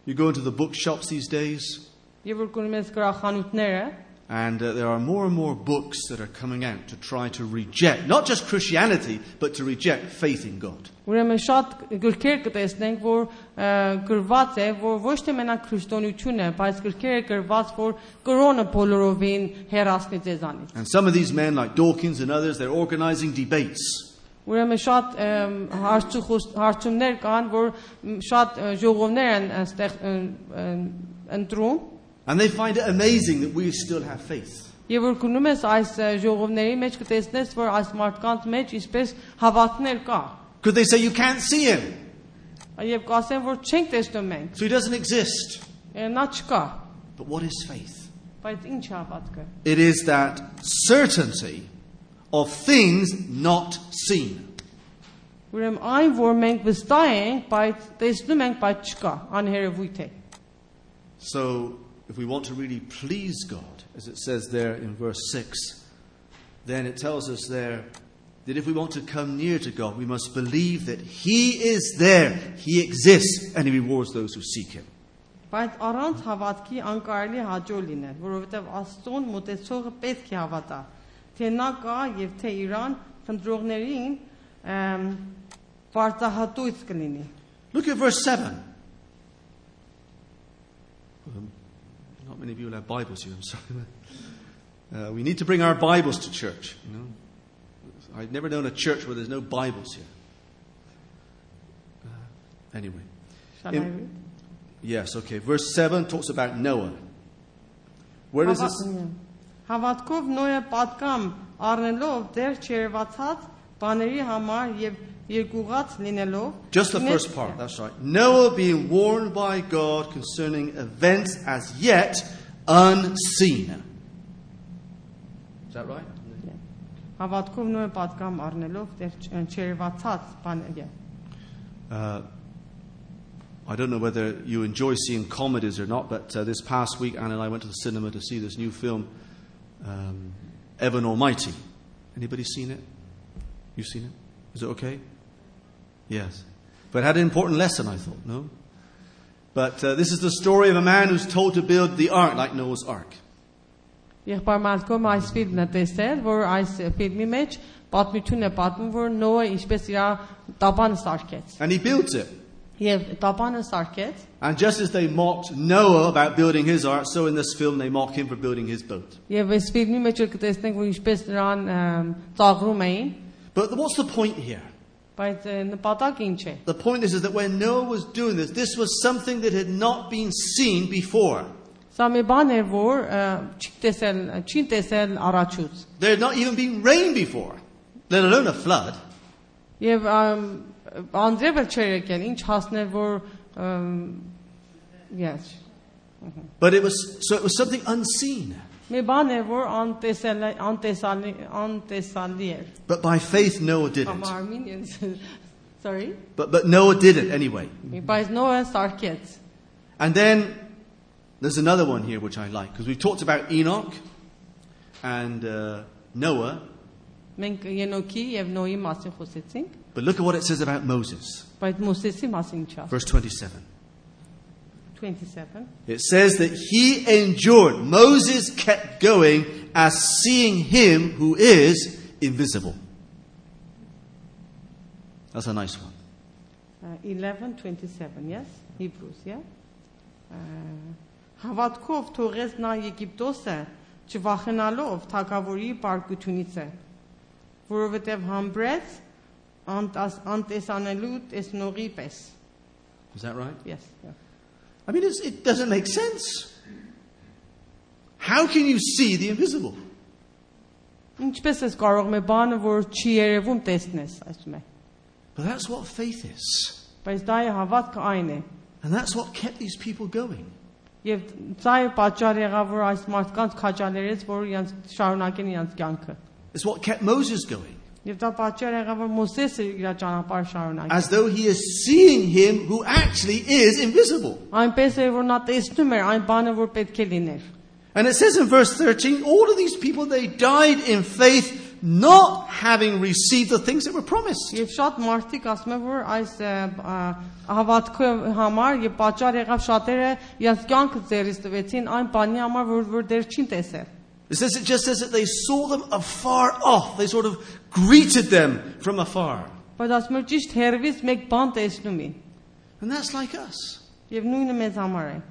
A: You go into the bookshops these days,
B: Եվ որ գնում ես գրախանութները,
A: and uh, there are more and more books that are coming out to try to reject not just Christianity, but to reject faith in God.
B: ուրեմն շատ գրքեր կտեսնենք, որ ը, գրված է, որ ոչ թե մենակ քրիստոնեություն է, բայց գրքերը գրված, որ կրոնը բոլորովին հերացնի ձեզանից։
A: And some of these men, like Dawkins and others, they're organizing debates.
B: Ուրեմն շատ ըմ, հարցուխոս- հարցումներ կան, որ մ, շատ ը, ժողովներ են այստեղ ընտրում,
A: And they find it amazing that we still have faith.
B: եւ որ գնում ես այս ը, ժողովների մեջ կտեսնես, որ այս մարդկանց մեջ իսպես հավատներ կա։
A: Because they say you can't see him,
B: Եվ կասեն, որ չենք տեսնում մենք,
A: so he doesn't exist.
B: ը, նա չկա,
A: But what is faith?
B: բայց ինչ է հավատքը։
A: It is that certainty of things not seen.
B: Ուրեմն այն, որ մենք վստահ ենք, բայց տեսնում ենք, բայց չկա, անհերևույթ է։
A: So, if we want to really please God, as it says there in verse 6, then it tells us there that if we want to come near to God, we must believe that He is there, He exists, and He rewards those who seek Him.
B: Բայց առանց հավատքի անկարելի է հաջող լինել, որովհետև Աստծուն մտեցողը պետք է հավատա, թե նա կա եւ թե Իրան քնդրողներին ըմ, բարձահատույց կլինի։
A: Look at verse 7. Um, not many of you will have Bibles here, I'm sorry. Uh, we need to bring our Bibles to church. You know? I've never known a church where there's no Bibles here. Uh, anyway.
B: Shall I
A: Im-
B: read?
A: Yes, okay. Verse 7 talks about Noah. Where does
B: Հավա-
A: this.
B: Հավատքով Նոյը պատկամ առնելով դեր չերևացած բաների համար եւ երկուղած լինելով
A: Just the
B: գնեց-
A: first part, that's right. Noah being warned by God concerning events as yet unseen. Is that right?
B: Հավատքով Նոյը պատկամ առնելով դեր չ- չերևացած բաների
A: Uh, I don't know whether you enjoy seeing comedies or not, but uh, this past week, Anne and I went to the cinema to see this new film, um, Evan Almighty. Anybody seen it? You've seen it? Is it okay? Yes. But it had an important lesson, I thought, no? But uh, this is the story of a man who's told to build the ark like Noah's ark.
B: Եղբայր Մալկոմ այս ֆիլմն է տեսել, որ այս ֆիլմի մեջ պատմություն է պատմում, որ Նոյը ինչպես իր տապանը սարքեց։
A: And he builds it.
B: Եվ տապանը սարքեց
A: And just as they mocked Noah about building his ark, so in this film they mock him for building his boat.
B: Եվ այս ֆիլմի մեջ էլ կտեսնենք, որ ինչպես նրան ըմ, ծաղրում էին,
A: But what's the point here?
B: բայց ը, նպատակը ինչ է։
A: The point is, is that when Noah was doing this, this was something that had not been seen before.
B: Սա մի բան է, որ ը, չի տեսել, չի տեսել առաջուց։
A: There had not even been rain before, let alone a flood.
B: Եվ ըմ, անձրևը չէր եկել, ինչ հասներ, որ ըմ, yes։
A: But it was so it was something unseen.
B: Մի բան է, որ անտեսել անտեսալի անտեսալի էր։
A: But by faith, Noah did it.
B: Համարմին ես [LAUGHS] sorry։
A: But but Noah did it anyway.
B: Mm-hmm. Բայց նոը սարքեց։
A: And then there's another one here which I like because we've talked about Enoch and uh, Noah,
B: Մենք Ենոքի եւ Նոյի մասին խոսեցինք,
A: but look at what it says about Moses,
B: բայց Մոսեսի մասին չա։
A: verse 27.
B: 27
A: It says that he endured. Moses kept going as seeing him who is invisible. That's a nice one.
B: Uh, 11:27, yes? Hebrews, yeah? Uh, Հավատքով թողեց նա Եգիպտոսը, չվախենալով թակավորի բարկությունից է, որովհետև համբրեց անտաս, անտեսանելու տեսնողի պես։
A: Is that right?
B: Yes. yeah.
A: I mean, it's, it doesn't make sense. How can you see the invisible?
B: Ինչպես ես կարող մե բանը, որ չի երևում տեսնես, ասում է։
A: But that's what faith is.
B: Բայց դա է հավատքը այն է։
A: And that's what kept these people going.
B: Եվ ծայ պատճառ եղավ, որ այս մարդկանց քաջալերեց, որ իրենց շարունակեն իրենց կյանքը։
A: It's what kept Moses going.
B: Եվ դա պատճառ եղավ որ Մոսեսը իր ճանապարհ շարունակեց։
A: As though he is seeing him who actually is invisible.
B: Այնպես էր որ նա տեսնում էր այն բանը, որ պետք է լիներ։
A: And it says in verse 13, all of these people, they died in faith, not having received the things that were promised.
B: Եվ շատ մարդիկ ասում են, որ այս ը, ա, հավատքի համար եւ պատճառ եղավ շատերը իրենց կյանքը ծերից տվեցին այն բանի համար, որ որ դեռ չին տեսել։
A: It, says, it just says that they saw them afar off. They sort of greeted them from afar.
B: Բայց ասում եմ ճիշտ հերվից մեկ բան տեսնում են։
A: And that's like us.
B: Եվ նույնը մեզ համար է։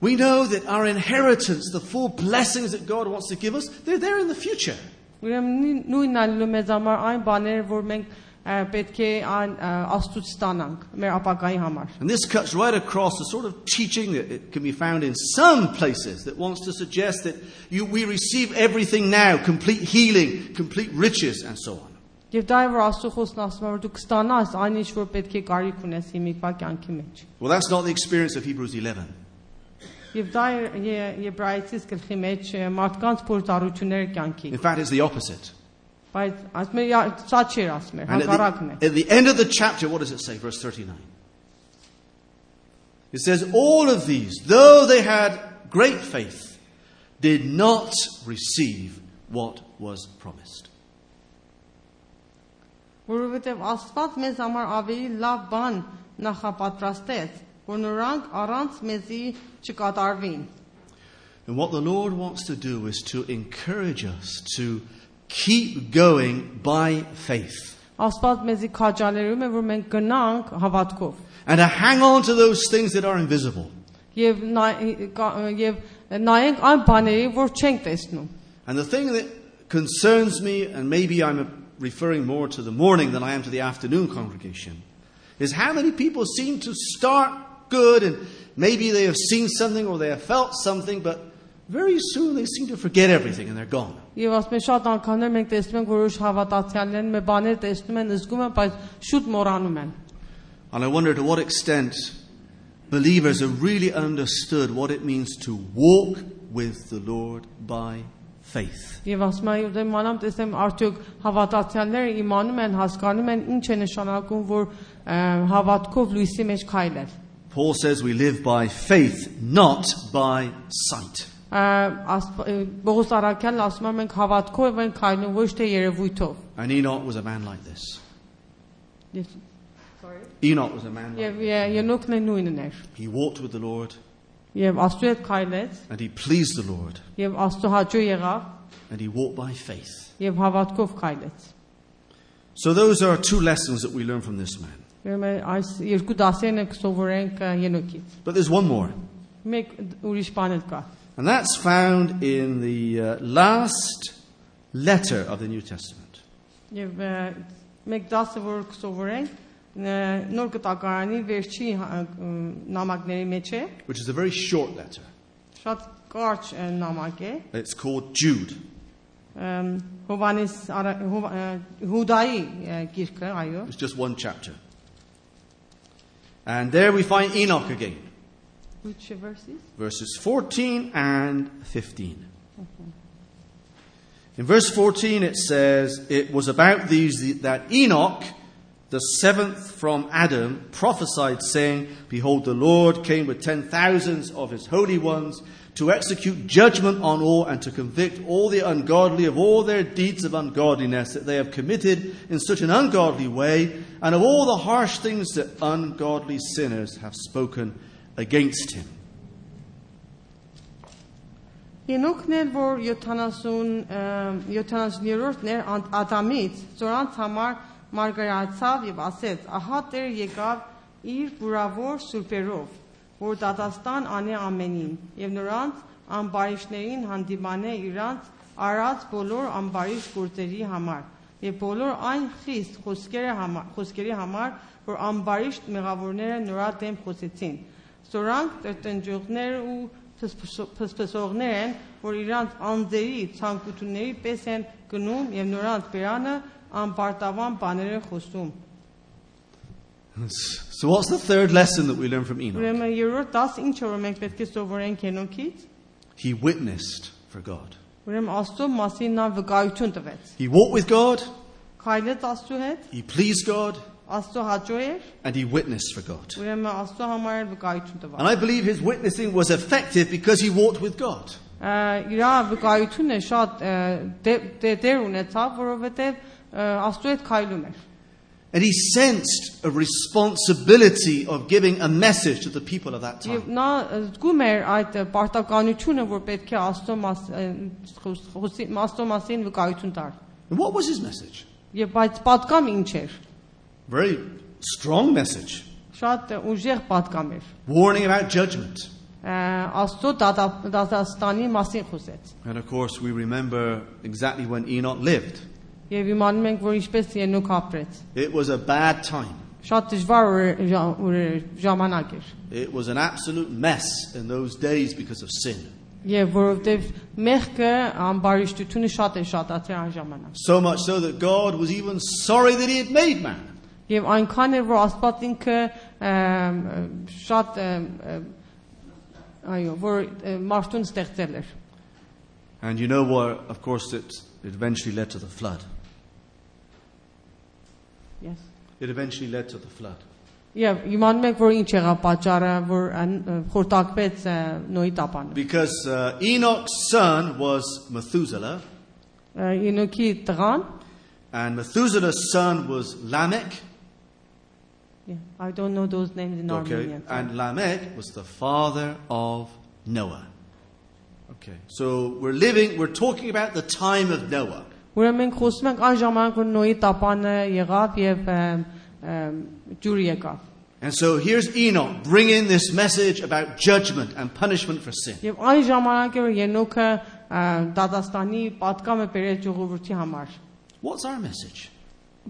A: We know that our inheritance, the full blessings that God wants to give us, they're there in the future.
B: Ուրեմն նույն- նույնն ալու մեզ համար այն բաները, որ մենք ա, պետք է այն ա, աստծուց ստանանք մեր ապագայի համար։
A: And this cuts right across the sort of teaching that it can be found in some places that wants to suggest that you, we receive everything now complete healing, complete riches, and so on.
B: Եվ դա է որ Աստծո խոսքն ասում է որ դու կստանաս այն ինչ որ պետք է կարիք ունես հիմիկվա կյանքի մեջ։
A: Well, that's not the experience of Hebrews 11.
B: Եվ դա է Ե- Եբրայեցիս գլխի մեջ ը, մարդկանց փորձառությունները կյանքի։
A: In fact, it's the opposite.
B: Բայց ասում է «Ա, սա չէր ասում է,
A: And at
B: հակառակն է։
A: the, at the end of the chapter, what does it say? Verse 39. It says, All of these, though they had great faith, did not receive what was promised.
B: Որովհետև Աստված մեզ համար ավելի լավ բան նախապատրաստեց, որ նրանք առանց մեզի չկատարվին։
A: And what the Lord wants to do is to encourage us to keep going by faith.
B: Աստված մեզի քաջալերում է, որ մենք գնանք հավատքով
A: and to hang on to those things that are invisible.
B: եւ նա- կա- եւ նայենք այն բաներին, որ չենք տեսնում։
A: And the thing that concerns me, and maybe I'm referring more to the morning than I am to the afternoon congregation, is how many people seem to start good and maybe they have seen something or they have felt something, but very soon they seem to forget everything and they're gone.
B: Եվ ասում եմ շատ անգամներ մենք տեսնում ենք որոշ հավատացյալներ մե բաներ տեսնում են, զգում են, բայց շուտ մոռանում են։
A: And I wonder to what extent believers have really understood what it means to walk with the Lord by faith.
B: Եվ ասում եմ, դե մանամ տեսնեմ արդյոք հավատացյալները իմանում են, հասկանում են ինչ է նշանակում, որ ը, հավատքով լույսի մեջ քայլել։
A: Paul says we live by faith, not by sight.
B: Ա, ասպ- ը, Պողոս Արաքյանն ասում է մենք հավատքով ենք քայլում, ոչ թե երևույթով։
A: And Enoch was a man like this.
B: Ես-
A: Enoch was a man. Like,
B: Եվ Ե- Ենոքն է նույնն էր։
A: he walked with the Lord
B: Եվ Աստծո հետ քայլեց,
A: and he pleased the Lord
B: եւ Աստծո հաճո եղավ,
A: and he walked by faith.
B: եւ հավատքով քայլեց։
A: So those are two lessons that we learn from this man.
B: Ուրեմն այս երկու դասերն ենք սովորենք ը, Ենոքից։
A: But there's one more.
B: Մեկ դ- ուրիշ բան էլ կա։
A: And that's found in the uh, last letter of the New Testament.
B: Եվ ը, մեկ դասը, որ կսովորենք, ը, նոր կտակարանի վերջի հա- ը, նամակների մեջ է,
A: which is a very short letter.
B: շատ կարճ ը, նամակ է։
A: It's called Jude.
B: ըմ, Հովանես Արա- Հով- ը, Հուդայի ը, գիրքը, այո։
A: It's just one chapter. And there we find Enoch again,
B: Which verses?
A: verses 14 and 15. In verse 14 it says, It was about these that Enoch, the seventh from Adam, prophesied, saying, Behold, the Lord came with ten thousands of his holy ones to execute judgment on all and to convict all the ungodly of all their deeds of ungodliness that they have committed in such an ungodly way, and of all the harsh things that ungodly sinners have spoken against him.
B: Ենոքն էր, որ 70 ըմ, 70-րդն էր Անդ- Ադամից, ծորանց համար մարգարացավ եւ ասեց. Ահա Տերը եկավ իր բուրավոր սուրբերով, որ դատաստան անի ամենին եւ նրանց անբարիշներին հանդիմանե իրանց արած բոլոր անբարիշ գործերի համար եւ բոլոր այն խիստ խոսքերը համար, խոսքերի համար, որ անբարիշ մեղավորները նրա դեմ խոսեցին։ Սորանք տրտնջողներ ու փսփս- փսփսողներ են, որ իրանց անձերի ցանկությունների պես են գնում եւ նրանց բերանը անպարտավան բաներ են խոսում։
A: So, what's the third lesson that we learn from Enoch?
B: Ուրեմն երրորդ 10 ինչը որ մենք պետք է սովորենք Հենոքից,
A: He witnessed for God.
B: ուրեմն Աստծո մասին նա վկայություն տվեց։
A: He walked with God,
B: Քայլեց Աստծո հետ,
A: he pleased God,
B: Աստծո հաճո էր,
A: and he witnessed for God.
B: ուրեմն Աստծո համար էլ վկայություն
A: And
B: տվավ։
A: I believe his witnessing was effective because he walked with God.
B: Ա, Իր վկայությունը շատ ա, դե- դե- դեր ունեցավ, որովհետեւ ա, Աստծո հետ քայլում էր։
A: And he sensed a responsibility of giving a message to the people of that
B: Եվ
A: time.
B: նա զգում էր այդ պարտականությունը, որ պետք է Աստծո մասին Աստծո մասին վկայություն տար։
A: And what was his message?
B: Եվ բայց պատկամ ինչ էր։
A: Very strong message,
B: Շատ ուժեղ պատկամ էր։
A: warning about judgment.
B: Ա, Աստծո դատա- դատաստանի մասին խոսեց։
A: And of course, we remember exactly when Enoch lived.
B: Եվ իմանում ենք, որ ինչպես Ենոք ապրեց։
A: It was a bad time.
B: Շատ դժվար օրեր- ժա- օրեր- ժամանակ էր։
A: It was an absolute mess in those days because of sin.
B: Եվ որովհետև մեղքը ամբարիշտությունը շատ է շատացել այն ժամանակ։
A: So much so that God was even sorry that He had made man.
B: Եվ այնքան էր, որ Աստված ինքը ըմ, շատ ըմ, ըմ, այո, որ ը, մարդուն ստեղծել էր։
A: And you know what? Of course, it, it eventually led to the flood.
B: Yes։
A: It eventually led to the flood.
B: Եվ իմանում եք, որ ինչ եղավ պատճառը, որ այն, ը, խորտակվեց ը, Նոյի տապանը։
A: Because uh, Enoch's son was Methuselah,
B: Ը, Ենոքի տղան,
A: and Methuselah's son was Lamech.
B: yeah, I don't know those names in
A: Okay.
B: Armenian.
A: And Lamech was the father of Noah. Okay. So we're living, we're talking about the time of Noah.
B: Ուրեմն մենք խոսում ենք այն ժամանակ որ Նոյի տապանը եղավ եւ ըմ, ըմ, ջուր եկավ։
A: And so here's Enoch bringing this message about judgment and punishment for sin.
B: Եվ այն ժամանակ էր որ Ենոքը ը, Դադաստանի պատկամը բերել ժողովրդի համար։
A: What's our message?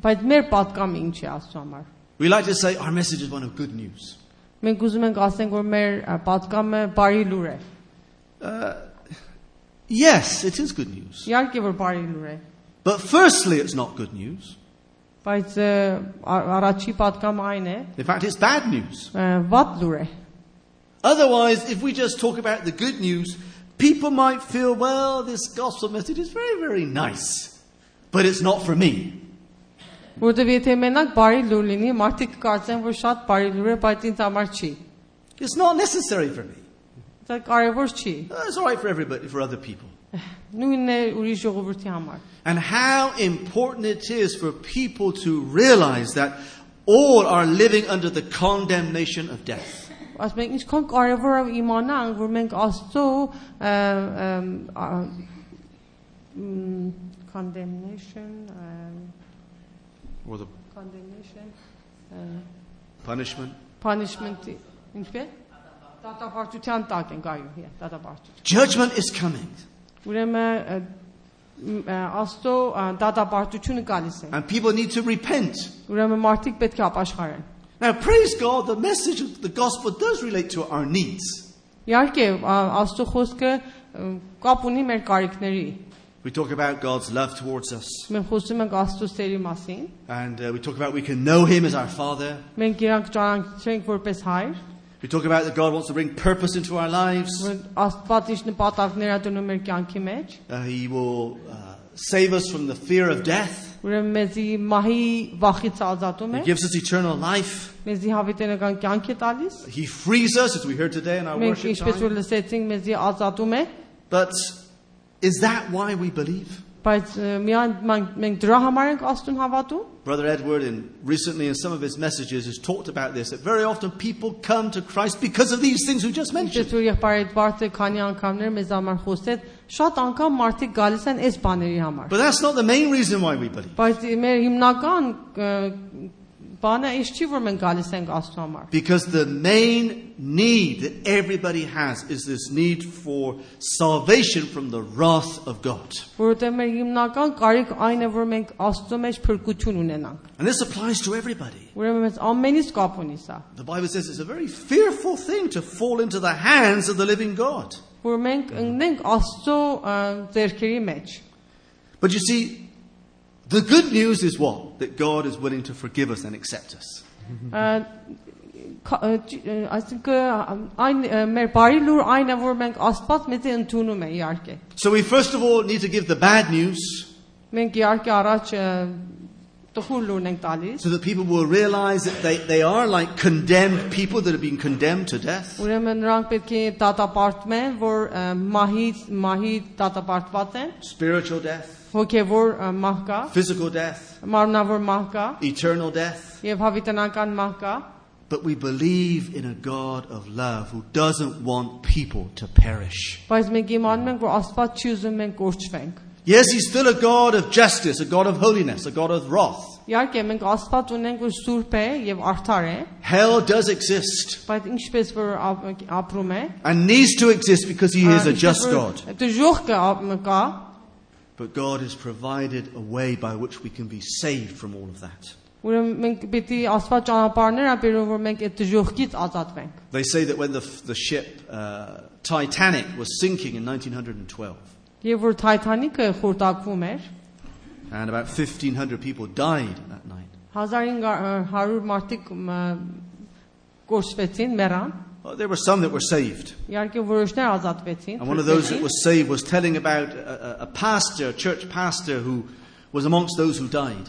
B: Բայց մեր պատկամը ինչ է Աստծո համար։
A: We like to say our message is one of good news.
B: Մենք ուզում ենք ասենք որ մեր ը, պատկամը բարի լուր է։
A: Yes, it is good news.
B: Իհարկե որ բարի լուր է։
A: But firstly, it's not good news.
B: Բայց ը, ա- առաջի պատկամը այն է
A: In fact, it's bad news.
B: ը, վատ լուր է։
A: Otherwise, if we just talk about the good news, people might feel, well, this gospel message is very, very nice, but it's not for me.
B: Որտեւ եթե մենակ բարի լուր լինի, մարդիկ կարծեն, որ շատ բարի լուր է, բայց ինձ համար չի։
A: It's not necessary for me.
B: Դա կարևոր չի։
A: Oh, It's all right for everybody, for other people.
B: Նույնն է ուրիշ ժողովրդի համար։
A: And how important it is for people to realize that all are living under the condemnation of death.
B: Ասում եք, ինչքան կարևոր է իմանանք, որ մենք Աստծո ը, ըմ, ա, մ, condemnation ը,
A: Or the
B: condemnation ը,
A: punishment.
B: punishment-ի ինչպես դատապարտության տակ ենք այո, հիա, դատապարտություն։
A: Judgment is coming.
B: Ուրեմն ը, մ, ը, Աստծո ը, դատապարտությունը գալիս է։
A: And people need to repent.
B: Ուրեմն մարդիկ պետք է ապաշխարեն։
A: Now, praise God, the message of the gospel does relate to our needs.
B: Իհարկե, ա- Աստծո խոսքը ը, կապ ունի մեր կարիքների։
A: We talk about God's love towards us,
B: Մենք խոսում ենք Աստծո սերի մասին։
A: and uh, we talk about we can know Him as our Father.
B: Մենք իրանք ճանաչենք որպես հայր,
A: We talk about that God wants to bring purpose into our lives.
B: որ Աստված իր նպատակները դնում մեր կյանքի մեջ։
A: Uh, he will uh, save us from the fear of death.
B: Ուրեմն մեզի մահի վախից ազատում
A: He
B: է,
A: gives us eternal life.
B: մեզի հավիտենական կյանք է տալիս։
A: He frees us, as we heard today in our
B: Մենք
A: worship
B: ինչպես
A: time.
B: որ լսեցինք, մեզի ազատում է,
A: But is that why we believe?
B: բայց ը, միայն ման- մենք դրա համար ենք Աստուն հավատում։
A: Brother Edward, in, recently in some of his messages, has talked about this, that very often people come to Christ because of these things we just mentioned.
B: Ինչպես որ եղբայրդ բարձր քանի անգամներ մեզ համար խոսեց, շատ անգամ մարդիկ գալիս են այս բաների համար։
A: But that's not the main reason why we believe.
B: Բայց մեր հիմնական ը, բանը ինչ չի որ մենք գալիս ենք Աստծո համար։
A: Because the main need that everybody has is this need for salvation from the wrath of God.
B: Որովհետև մեր հիմնական կարիք այն է, որ մենք Աստծո մեջ փրկություն ունենանք։
A: And this applies to everybody.
B: Ուրեմն մեզ ամենից կապ ունի սա,
A: The Bible says it's a very fearful thing to fall into the hands of the living God.
B: որ մենք ընկնենք Աստծո ը, ձեռքերի մեջ։
A: But you see, the good news is what? That God is willing to forgive us and accept us.
B: Ը, քա- ը, ճի- ը, Այսինքն այն ը, մեր բարի լուր այն է, որ մենք Աստված մեզ ընդունում է իհարկե։
A: So we first of all need to give the bad news
B: Մենք իհարկե առաջ ը, տխուր լուրն ենք տալիս։
A: so that people will realize that they, they are like condemned people that have been condemned to death.
B: Ուրեմն նրանք պետք է դատապարտվեն, որ ը, մահից մահի դատապարտված են,
A: Spiritual death,
B: հոգևոր ը, մահ կա,
A: physical death,
B: մարմնավոր մահ կա
A: eternal death.
B: եւ հավիտենական մահ կա,
A: But we believe in a God of love who doesn't want people to perish.
B: բայց մենք իմանում ենք, որ Աստված չի ուզում մենք կորչվենք։
A: Yes, He's still a God of justice, a God of holiness, a God of wrath.
B: Իհարկե մենք Աստված ունենք, որ սուրբ է եւ արդար է,
A: Hell does exist
B: բայց ինչպես որ ա- ապրում է,
A: and needs to exist because He is a
B: ինչպես
A: just
B: որ
A: God.
B: Դժոխ կա, ա- կա,
A: But God has provided a way by which we can be saved from all of that.
B: ուրեմն մենք պետք է Աստված ճանապարհներ ապերում, որ մենք այդ դժոխքից ազատվենք։
A: They say that when the, the ship uh, Titanic was sinking in 1912,
B: Եվ որ Թայթանիկը խորտակվում էր,
A: and about 1,500 people died that night,
B: 1500 մարդիկ մ, կորցվեցին, մեռան։
A: well, there were some that were saved.
B: Իհարկե որոշներ ազատվեցին։
A: And one of those that
B: փրկվեցին,
A: was saved was telling about a, a- a pastor, a church pastor, who was amongst those who died.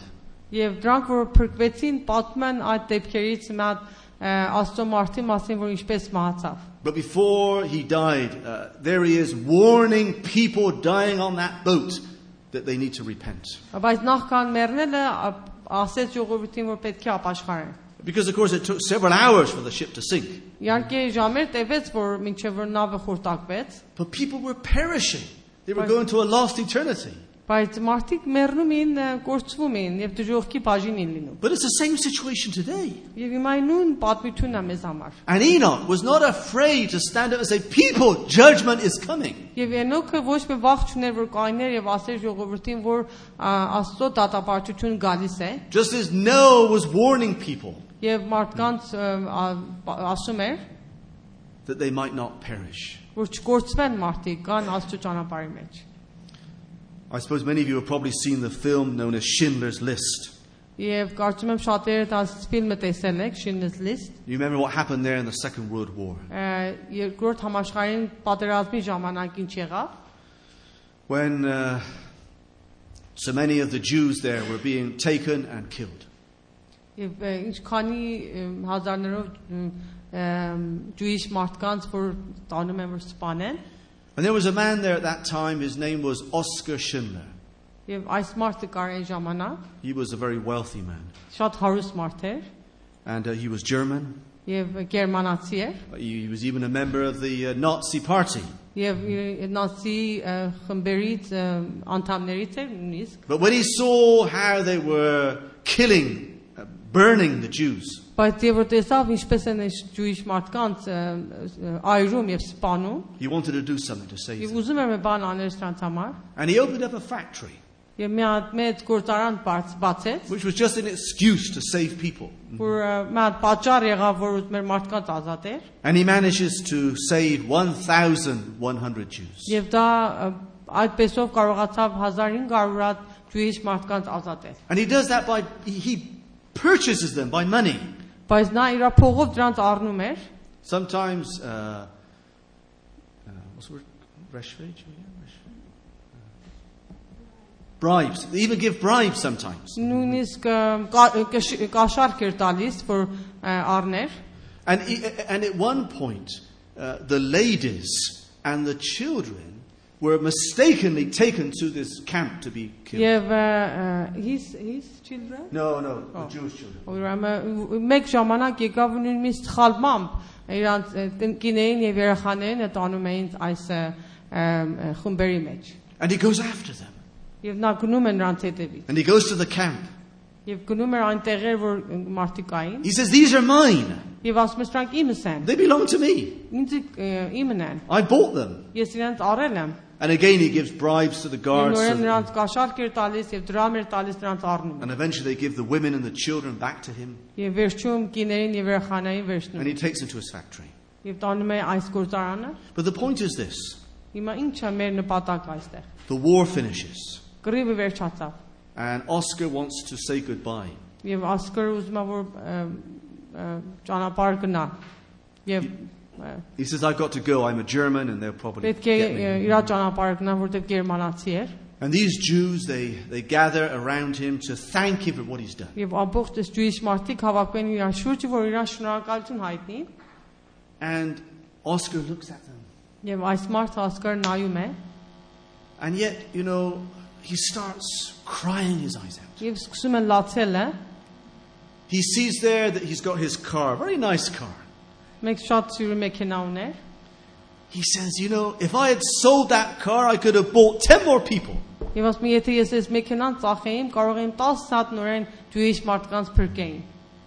B: Եվ դրանք որ փրկվեցին, պատմում են այդ դեպքերից մի հատ ը, աստծո մարդի մասին, որ ինչպես մահացավ։
A: But before he died, uh, there he is warning people dying on that boat that they need to repent.
B: Բայց նախքան մեռնելը ա- ասեց ժողովրդին, որ պետք է ապաշխարեն։
A: Because, of course, it took several hours for the ship to sink.
B: Իհարկե ժամեր տևեց, որ մինչև որ նավը խորտակվեց,
A: But people were perishing. They were going to a lost eternity.
B: բայց մարդիկ մեռնում էին, ը, կորցվում էին եւ դժողքի բաժին էին լինում։
A: But it's the same situation today.
B: Եվ հիմա այն նույն պատմությունն է մեզ համար։
A: And Enoch was not afraid to stand up and say, People, judgment is coming.
B: Եվ Ենոքը ոչ մի վախ չուներ, որ կայներ եւ ասեր ժողովրդին, որ ա, Աստծո դատապարտություն գալիս է
A: Just as Noah was warning people
B: եւ մարդկանց ը, ա- պա- ասում էր,
A: that they might not perish.
B: որ չկործվեն մարդիկ կան Աստծո ճանապարհի մեջ։
A: I suppose many of you have probably seen the film known as Schindler's List.
B: Եվ կարծում եմ շատերը այս ֆիլմը տեսել եք, Schindler's List։
A: You remember what happened there in the Second World War,
B: ը, Երկրորդ համաշխարհային պատերազմի ժամանակ ինչ եղավ,
A: when uh, so many of the Jews there were being taken and killed.
B: Եվ ը, ինչ քանի ըմ, հազարներով ըմ, ըմ, Jewish մարդկանց որ տանում են որ սպանեն
A: And there was a man there at that time, his name was Oscar Schindler.
B: եւ այս մարդը կարեն ժամանակ
A: He was a very wealthy man,
B: շատ հարուստ մարդ էր
A: and uh, he was German.
B: եւ գերմանացի էր
A: He he was even a member of the uh, Nazi party.
B: եւ ը, նացի ը, խմբերից ը, անդամներից էր նույնիսկ
A: But when he saw how they were killing, uh, burning the Jews,
B: բայց երբ որ տեսավ ինչպես են այս Jewish մարդկանց ը, ը, այրում եւ սպանում
A: he wanted to do something to save
B: եւ
A: them.
B: ուզում եմ մի բան անել սրանց համար
A: And he opened up a factory,
B: եւ մի հատ մեծ գործարան բաց- բացեց
A: which was just an excuse to save people.
B: որ ը, մի հատ պատճառ եղավ որ մեր մարդկանց ազատեր
A: And he manages to save 1,100 Jews.
B: եւ դա ը, այդպեսով կարողացավ 1500-ատ ջուիշ մարդկանց ազատել
A: And he does that by, he- he purchases them by money.
B: բայց նա իր փողով դրանց առնում էր
A: Sometimes, uh, uh, what's the word? Reshvage? Yeah, reshvage. Uh, Bribes. They even give bribes sometimes.
B: նույնիսկ ը, կա- ը, կշ- կաշառք էր տալիս որ ը, առներ
A: And, e- and at one point, uh, the ladies and the children were mistakenly taken to this camp to be killed.
B: եւ ը, ը, his his children
A: No, no, the
B: Oh.
A: Jewish children.
B: ուրեմն մեկ ժամանակ եկավ նույնիսկ խալմամբ իրանց ը, տնկիներին եւ երեխաներին ը, տանում էին այս ը, ը, ը, խմբերի մեջ
A: And he goes after them.
B: եւ նա գնում է նրանց հետևից
A: And he goes to the camp.
B: եւ գնում է այն տեղեր որ ը, մարդիկ այն
A: He says, These are mine.
B: Եվ ասում ես դրանք իմս են։
A: They belong to me.
B: Ինձ ը, իմն են։
A: I bought them.
B: Ես իրենց առել եմ։
A: And again, he gives bribes to the
B: Եվ
A: guards.
B: նորեն
A: so-
B: նրանց կաշառքեր տալիս եւ դրամեր տալիս նրանց առնում։
A: And eventually they give the women and the children back to him,
B: Եվ վերջում կիներին եւ երեխաներին
A: and
B: վերցնում։
A: he takes them to his factory.
B: Եվ տանում է այս գործարանը։
A: But the point is this
B: Հիմա ի՞նչ է մեր նպատակը այստեղ։
A: the war finishes,
B: Գրիվը վերջացավ։
A: and Oscar wants to say goodbye.
B: Եվ ասկր ուզում է որ ը, ը, ճանապարհ գնա։ Եվ ը,
A: He says, I've got to go, I'm a German, and they'll probably
B: պետք է
A: get
B: ը,
A: me.
B: իր ճանապարհ գնա, որտեղ գերմանացի էր։
A: And these Jews, they, they gather around him to thank him for what he's done.
B: Եվ ամբողջ այս ջուիշ մարդիկ հավաքվեն իրան շուրջը, որ իրան շնորհակալություն հայտնին։
A: And Oscar looks at them,
B: Եվ այս մարդը ասկար նայում է
A: and yet, you know, he starts crying his eyes out.
B: եւ սկսում հա։ է լացելը։
A: He sees there that he's got his car, very nice car.
B: Մեկ շատ սիրուն մեքենա ուներ
A: He says, You know, if I had sold that car, I could have bought 10 more people.
B: եւ ասում է եթե ես այս մեքենան ծախեիմ կարող եմ 10 հատ նորեն ջուիշ մարդկանց փրկեին։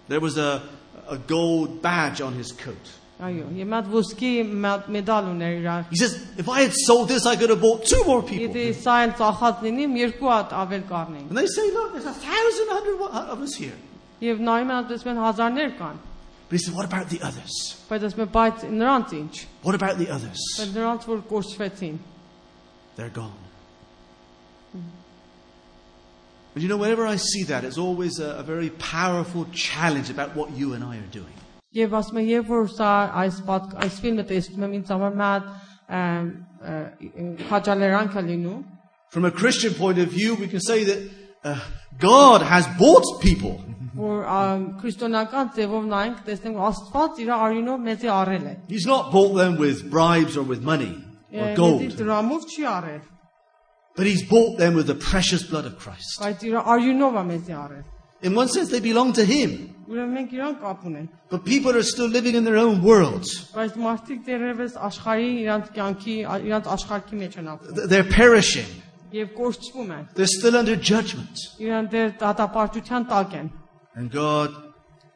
A: There was a, a gold badge on his coat.
B: Այո, եւ մատ ոսկի մատ մեդալ ուներ իր։
A: He says, If I had sold this, I could have bought two more people.
B: Եթե սա էլ ծախած լինիմ երկու հատ ավել կառնեին։
A: And they say, Look, there's a thousand hundred wa- uh, of us here.
B: Եվ նայում է ասում են հազարներ կան։
A: But he said, What about the others?
B: Բայց ասում է բայց նրանց ինչ։
A: What about the others?
B: Բայց նրանց որ կորցվեցին։
A: They're gone. But you know, whenever I see that, it's always a, a very powerful challenge about what you and I are doing.
B: Եվ ասում եմ, երբ որ սա այս պատ- այս ֆիլմը տեսնում եմ, ինձ համար մատ քաջալերանք է լինում։
A: From a Christian point of view, we can say that uh, God has bought people.
B: որ ամ, քրիստոնական ձևով նայենք, տեսնենք Աստված իր արյունով մեզի առել է։
A: He's not bought them with bribes or with money or
B: Մեզի
A: gold.
B: դրամով չի առել,
A: But he's bought them with the precious blood of Christ.
B: բայց իր արյունով է մեզի առել։
A: In one sense, they belong to him.
B: Ուրեմն մենք իրան կապ ունենք,
A: But people are still living in their own world.
B: բայց մարդիկ դերևս աշխարհի իրանց կյանքի, ա- իրանց աշխարհի մեջ են ապրում։
A: Th- They're perishing.
B: եւ կորչվում են։
A: They're still under judgment.
B: Իրանք դեռ դատապարտության տակ են։
A: And God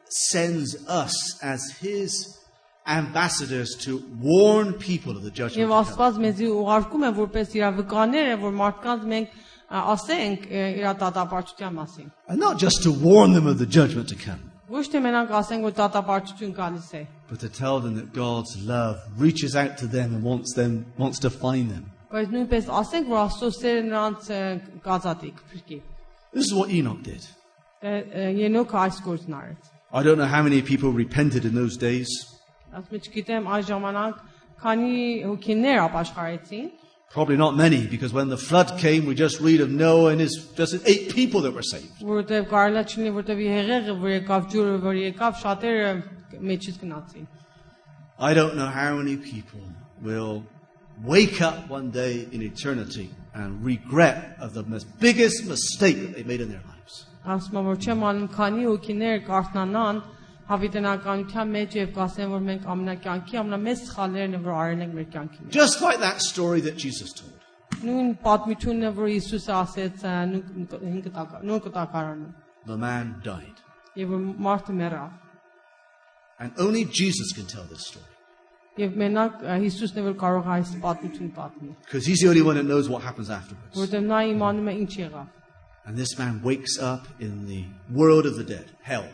A: sends us as His ambassadors to warn people of the judgment.
B: Եվ
A: to come.
B: Աստված մեզի ուղարկում է որպես իր վկաները, որ մարդկանց մենք ա, ասենք ա, իր դատապարտության մասին։
A: And not just to warn them of the judgment to come,
B: Ոչ թե մենակ ասենք, որ դատապարտություն գալիս է,
A: but to tell them that God's love reaches out to them and wants them, wants to find them.
B: բայց նույնպես ասենք, որ Աստծո սերը նրանց ա, կազատի, կփրկի։
A: This is what Enoch did.
B: Դե, ա, Ենոքը այս գործն արեց։
A: I don't know how many people repented in those days.
B: Ասում եմ, չգիտեմ, այս ժամանակ քանի հոգիներ ապաշխարեցին,
A: Probably not many, because when the flood came, we just read of Noah and his just eight people that were saved.
B: որովհետև կարելա չլինի, որովհետև հեղեղը, որ եկավ ջուրը, որ եկավ, շատերը մեջից գնացին։
A: I don't know how many people will wake up one day in eternity and regret of the mis- biggest mistake that they made in their lives.
B: Ասում եմ, որ չեմ անում քանի հոգիներ կարթնանան հավիտենականության մեջ եւ կասեն, որ մենք ամնակյանքի ամենամեծ սխալներն են, որ արել ենք մեր կյանքի մեջ։
A: Just like that story that Jesus told.
B: Նույն պատմությունն է, որ Հիսուսը ասեց ա, նույն կտ- հին կտակար- նույն կտակարանում,
A: The man died.
B: եւ որ մարդը մեռավ։
A: And only Jesus can tell this story.
B: Եվ մենակ ա, Հիսուսն է, որ կարող է այս պատմությունը պատմի,
A: Because he's the only one that knows what happens afterwards.
B: որովհետեւ նա իմանում է ինչ եղավ։
A: And this man wakes up in the world of the dead, hell.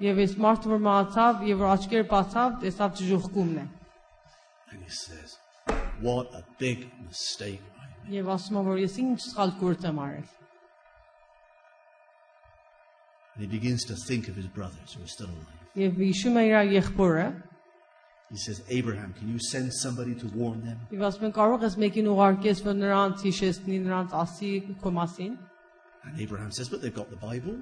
B: Եվ այս մարդը որ մահացավ եւ որ աչքերը բացավ, տեսավ ճյուղկումն է։
A: And he says, What a big mistake. I made."
B: Եվ ասում է, որ ես ինչ սխալ գործ եմ արել։
A: And he begins to think of his brothers who are still alive.
B: Եվ հիշում է իր եղբորը,
A: He says, Abraham, can you send somebody to warn them?
B: Եվ ասում են կարող ես մեկին ուղարկես, որ նրանց հիշեցնի, նրանց ասի քո մասին։
A: And Abraham says, But they've got the Bible.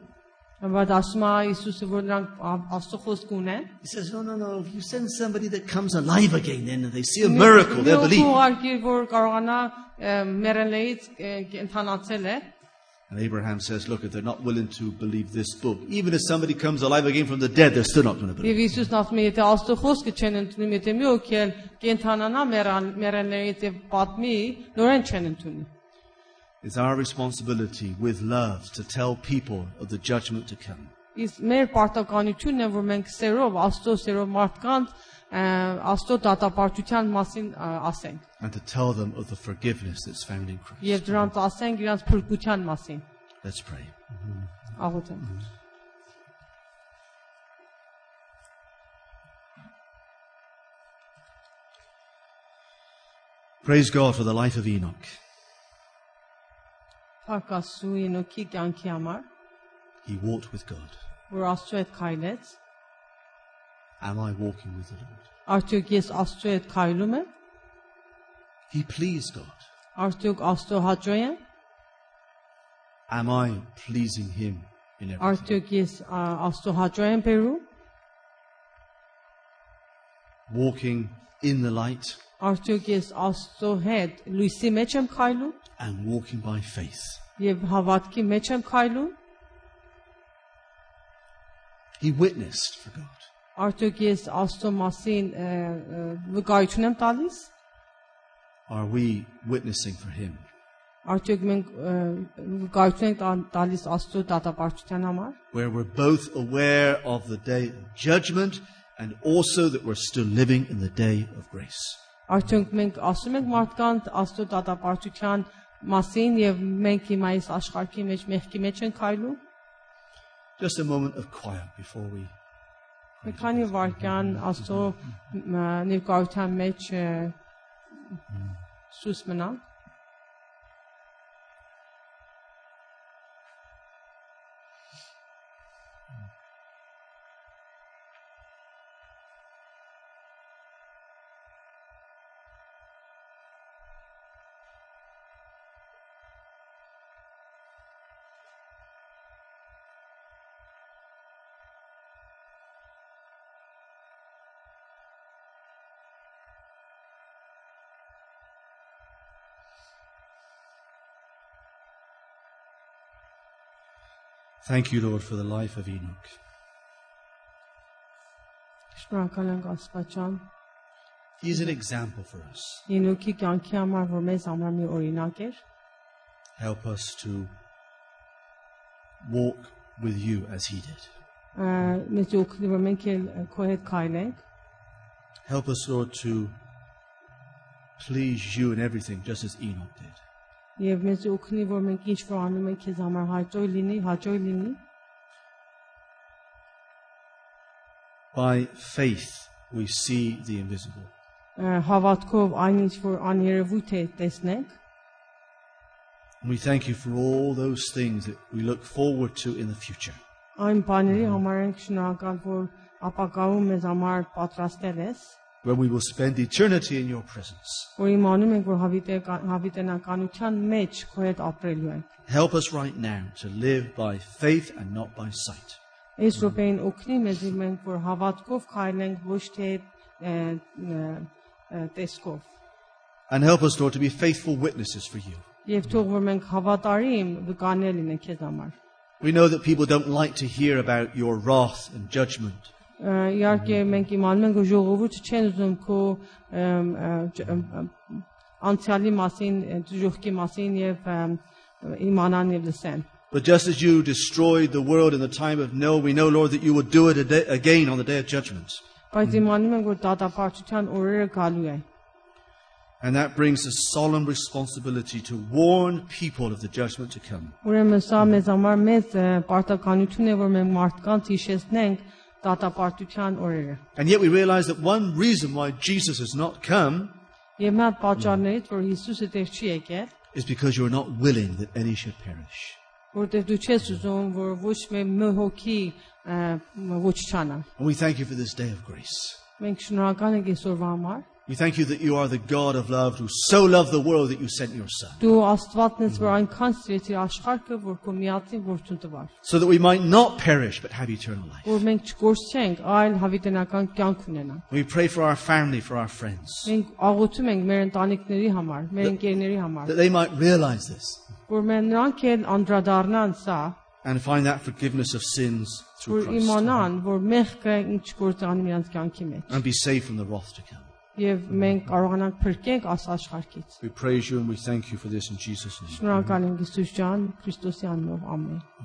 B: Բայց ասում է Հիսուսը, որ նրանք ա- Աստծո խոսք ունեն։
A: He says, No, no, no. If you send somebody that comes alive again, then and they see a miracle, they'll
B: Մի
A: believe.
B: Ուղարկիր, որ կարողանա ը, մեռելեից ը, կենթանացել է։
A: And Abraham says, Look, if they're not willing to believe this book, even if somebody comes alive again from the dead, they're still not going to believe.
B: Եվ Հիսուսն ասում է, եթե Աստծո խոսքը չեն ընդունում, եթե մի օքի էլ կենթանանա մեռան- մեռելեից եւ պատմի, նորեն չեն ընդունում։
A: It's our responsibility with love to tell people of the judgment to come.
B: Իսկ մեր պարտականությունն է, որ մենք սերով, Աստծո սերով մարդկանց ը, Աստծո դատապարտության մասին ը, ասենք։
A: And to tell them of the forgiveness that's found in Christ.
B: եւ դրանց ասենք իրանց փրկության մասին
A: Let's pray.
B: աղոթեմ
A: Praise God for the life of Enoch.
B: Փակասու Ենոքի կյանքի համար
A: He walked with God.
B: որ Աստծո հետ քայլեց
A: Am I walking with the Lord?
B: արդյոք ես Աստծո հետ քայլում եմ
A: He pleased God.
B: արդյոք Աստծո հաճոյ եմ
A: Am I pleasing Him in everything?
B: արդյոք ես ա, Աստծո հաճոյ եմ բերում
A: Walking in the light
B: արդյոք ես Աստծո հետ լույսի մեջ եմ քայլում
A: and walking by faith.
B: եւ հավատքի մեջ եմ քայլում
A: He witnessed for God.
B: արդյոք ես Աստծո մասին ը, ը, վկայություն եմ տալիս
A: Are we witnessing for Him?
B: արդյոք մենք ը, վկայություն ենք տան- տալիս Աստծո դատապարտության համար
A: Where we're both aware of the day of judgment and also that we're still living in the day of grace.
B: Արդյոք մենք ասում ենք մարդկանց աստծո դատապարտության մասին եւ մենք հիմա այս աշխարհի մեջ մեղքի մեջ ենք այլու։
A: Just a moment of quiet before we.
B: Մի քանի վարքյան աստծո մ, ներկայության մեջ ը, սուս մնանք։
A: Thank you, Lord, for the life of Enoch.
B: Շնորհակալ ենք աստվածան։
A: He is an example for us.
B: Ենոքի կյանքի համար որ մեզ համար մի օրինակ էր,
A: Help us to walk with you as he did.
B: Ա, մեզ օգնի որ մենք էլ քո հետ քայլենք
A: Help us, Lord, to please you in everything, just as Enoch did.
B: եւ մեզ օգնի որ մենք ինչ որ անում ենք քեզ համար հաճոյ լինի, հաճոյ լինի։
A: By faith, we see the invisible.
B: Ա, Հավատքով այնինչ որ աներևույթ է տեսնենք
A: And we thank you for all those things that we look forward to in the future.
B: Այն բաների համար ենք շնորհակալ, որ ապակայում մեզ համար պատրաստել ես,
A: where we will spend eternity in your presence.
B: որ իմանում ենք, որ հավիտենական- հավիտենականության մեջ քո հետ ապրելու ենք։
A: Help us right now to live by faith and not by sight.
B: Այս րոպեին օգնի մեզ ու մենք, որ հավատքով քայլենք, ոչ թե ը, ը, ը, տեսքով։
A: And help us, Lord, to be faithful witnesses for you.
B: Եվ թող որ մենք հավատարիմ վկանել լինենք քեզ համար։
A: We know that people don't like to hear about your wrath and judgment,
B: Ա, Իհարկե մենք իմանում ենք, որ ժողովուրդը չեն ուզում քո ըմ, ը, ջ- ըմ, ըմ, անցյալի մասին, ը, ժողքի մասին եւ ըմ, իմանան եւ լսեն։
A: but just as you destroyed the world in the time of Noah, we know, Lord, that you will do it a day, again on the day of judgment.
B: Բայց իմանում եմ, որ դատապարտության օրերը գալու է։
A: And that brings a solemn responsibility to warn people of the judgment to come.
B: Ուրեմն սա մեզ համար մեծ ը, պարտականություն է, որ մենք մարդկանց հիշեցնենք դատապարտության օրերը։
A: And yet we realize that one reason why Jesus has not come
B: Եվ մի հատ պատճառներից, որ Հիսուսը դեռ չի եկել,
A: is because you are not willing that any should perish.
B: որտեղ դու չես ուզում, որ ոչ մի մի հոգի ը, ոչ չանա։
A: And we thank you for this day of grace.
B: Մենք շնորհակալ ենք այսօրվա համար։
A: We thank you that you are the God of love who so loved the world that you sent your Son,
B: Դու Աստվածն ես, որ այնքան սիրեց իր աշխարհը, որ քո միածին որդուն տվար,
A: so that we might not perish but have eternal life.
B: որ մենք չկորցնենք, այլ հավիտենական կյանք ունենանք։
A: We pray for our family, for our friends,
B: Մենք աղոթում ենք մեր ընտանիքների համար, մեր ընկերների համար,
A: that they might realize this
B: որ մեր նրանք են անդրադառնան սա,
A: and find that forgiveness of sins through
B: որ
A: Christ
B: իմանան, որ մեղքը ինչ գործան իրանց կյանքի մեջ։
A: and be saved from the wrath to come.
B: Եվ մենք կարողանանք փրկենք աս աշխարհից։
A: We praise you and we thank you for this in Jesus' name.
B: Շնորհակալ ենք Հիսուս ջան, Քրիստոսի անունով, ամեն։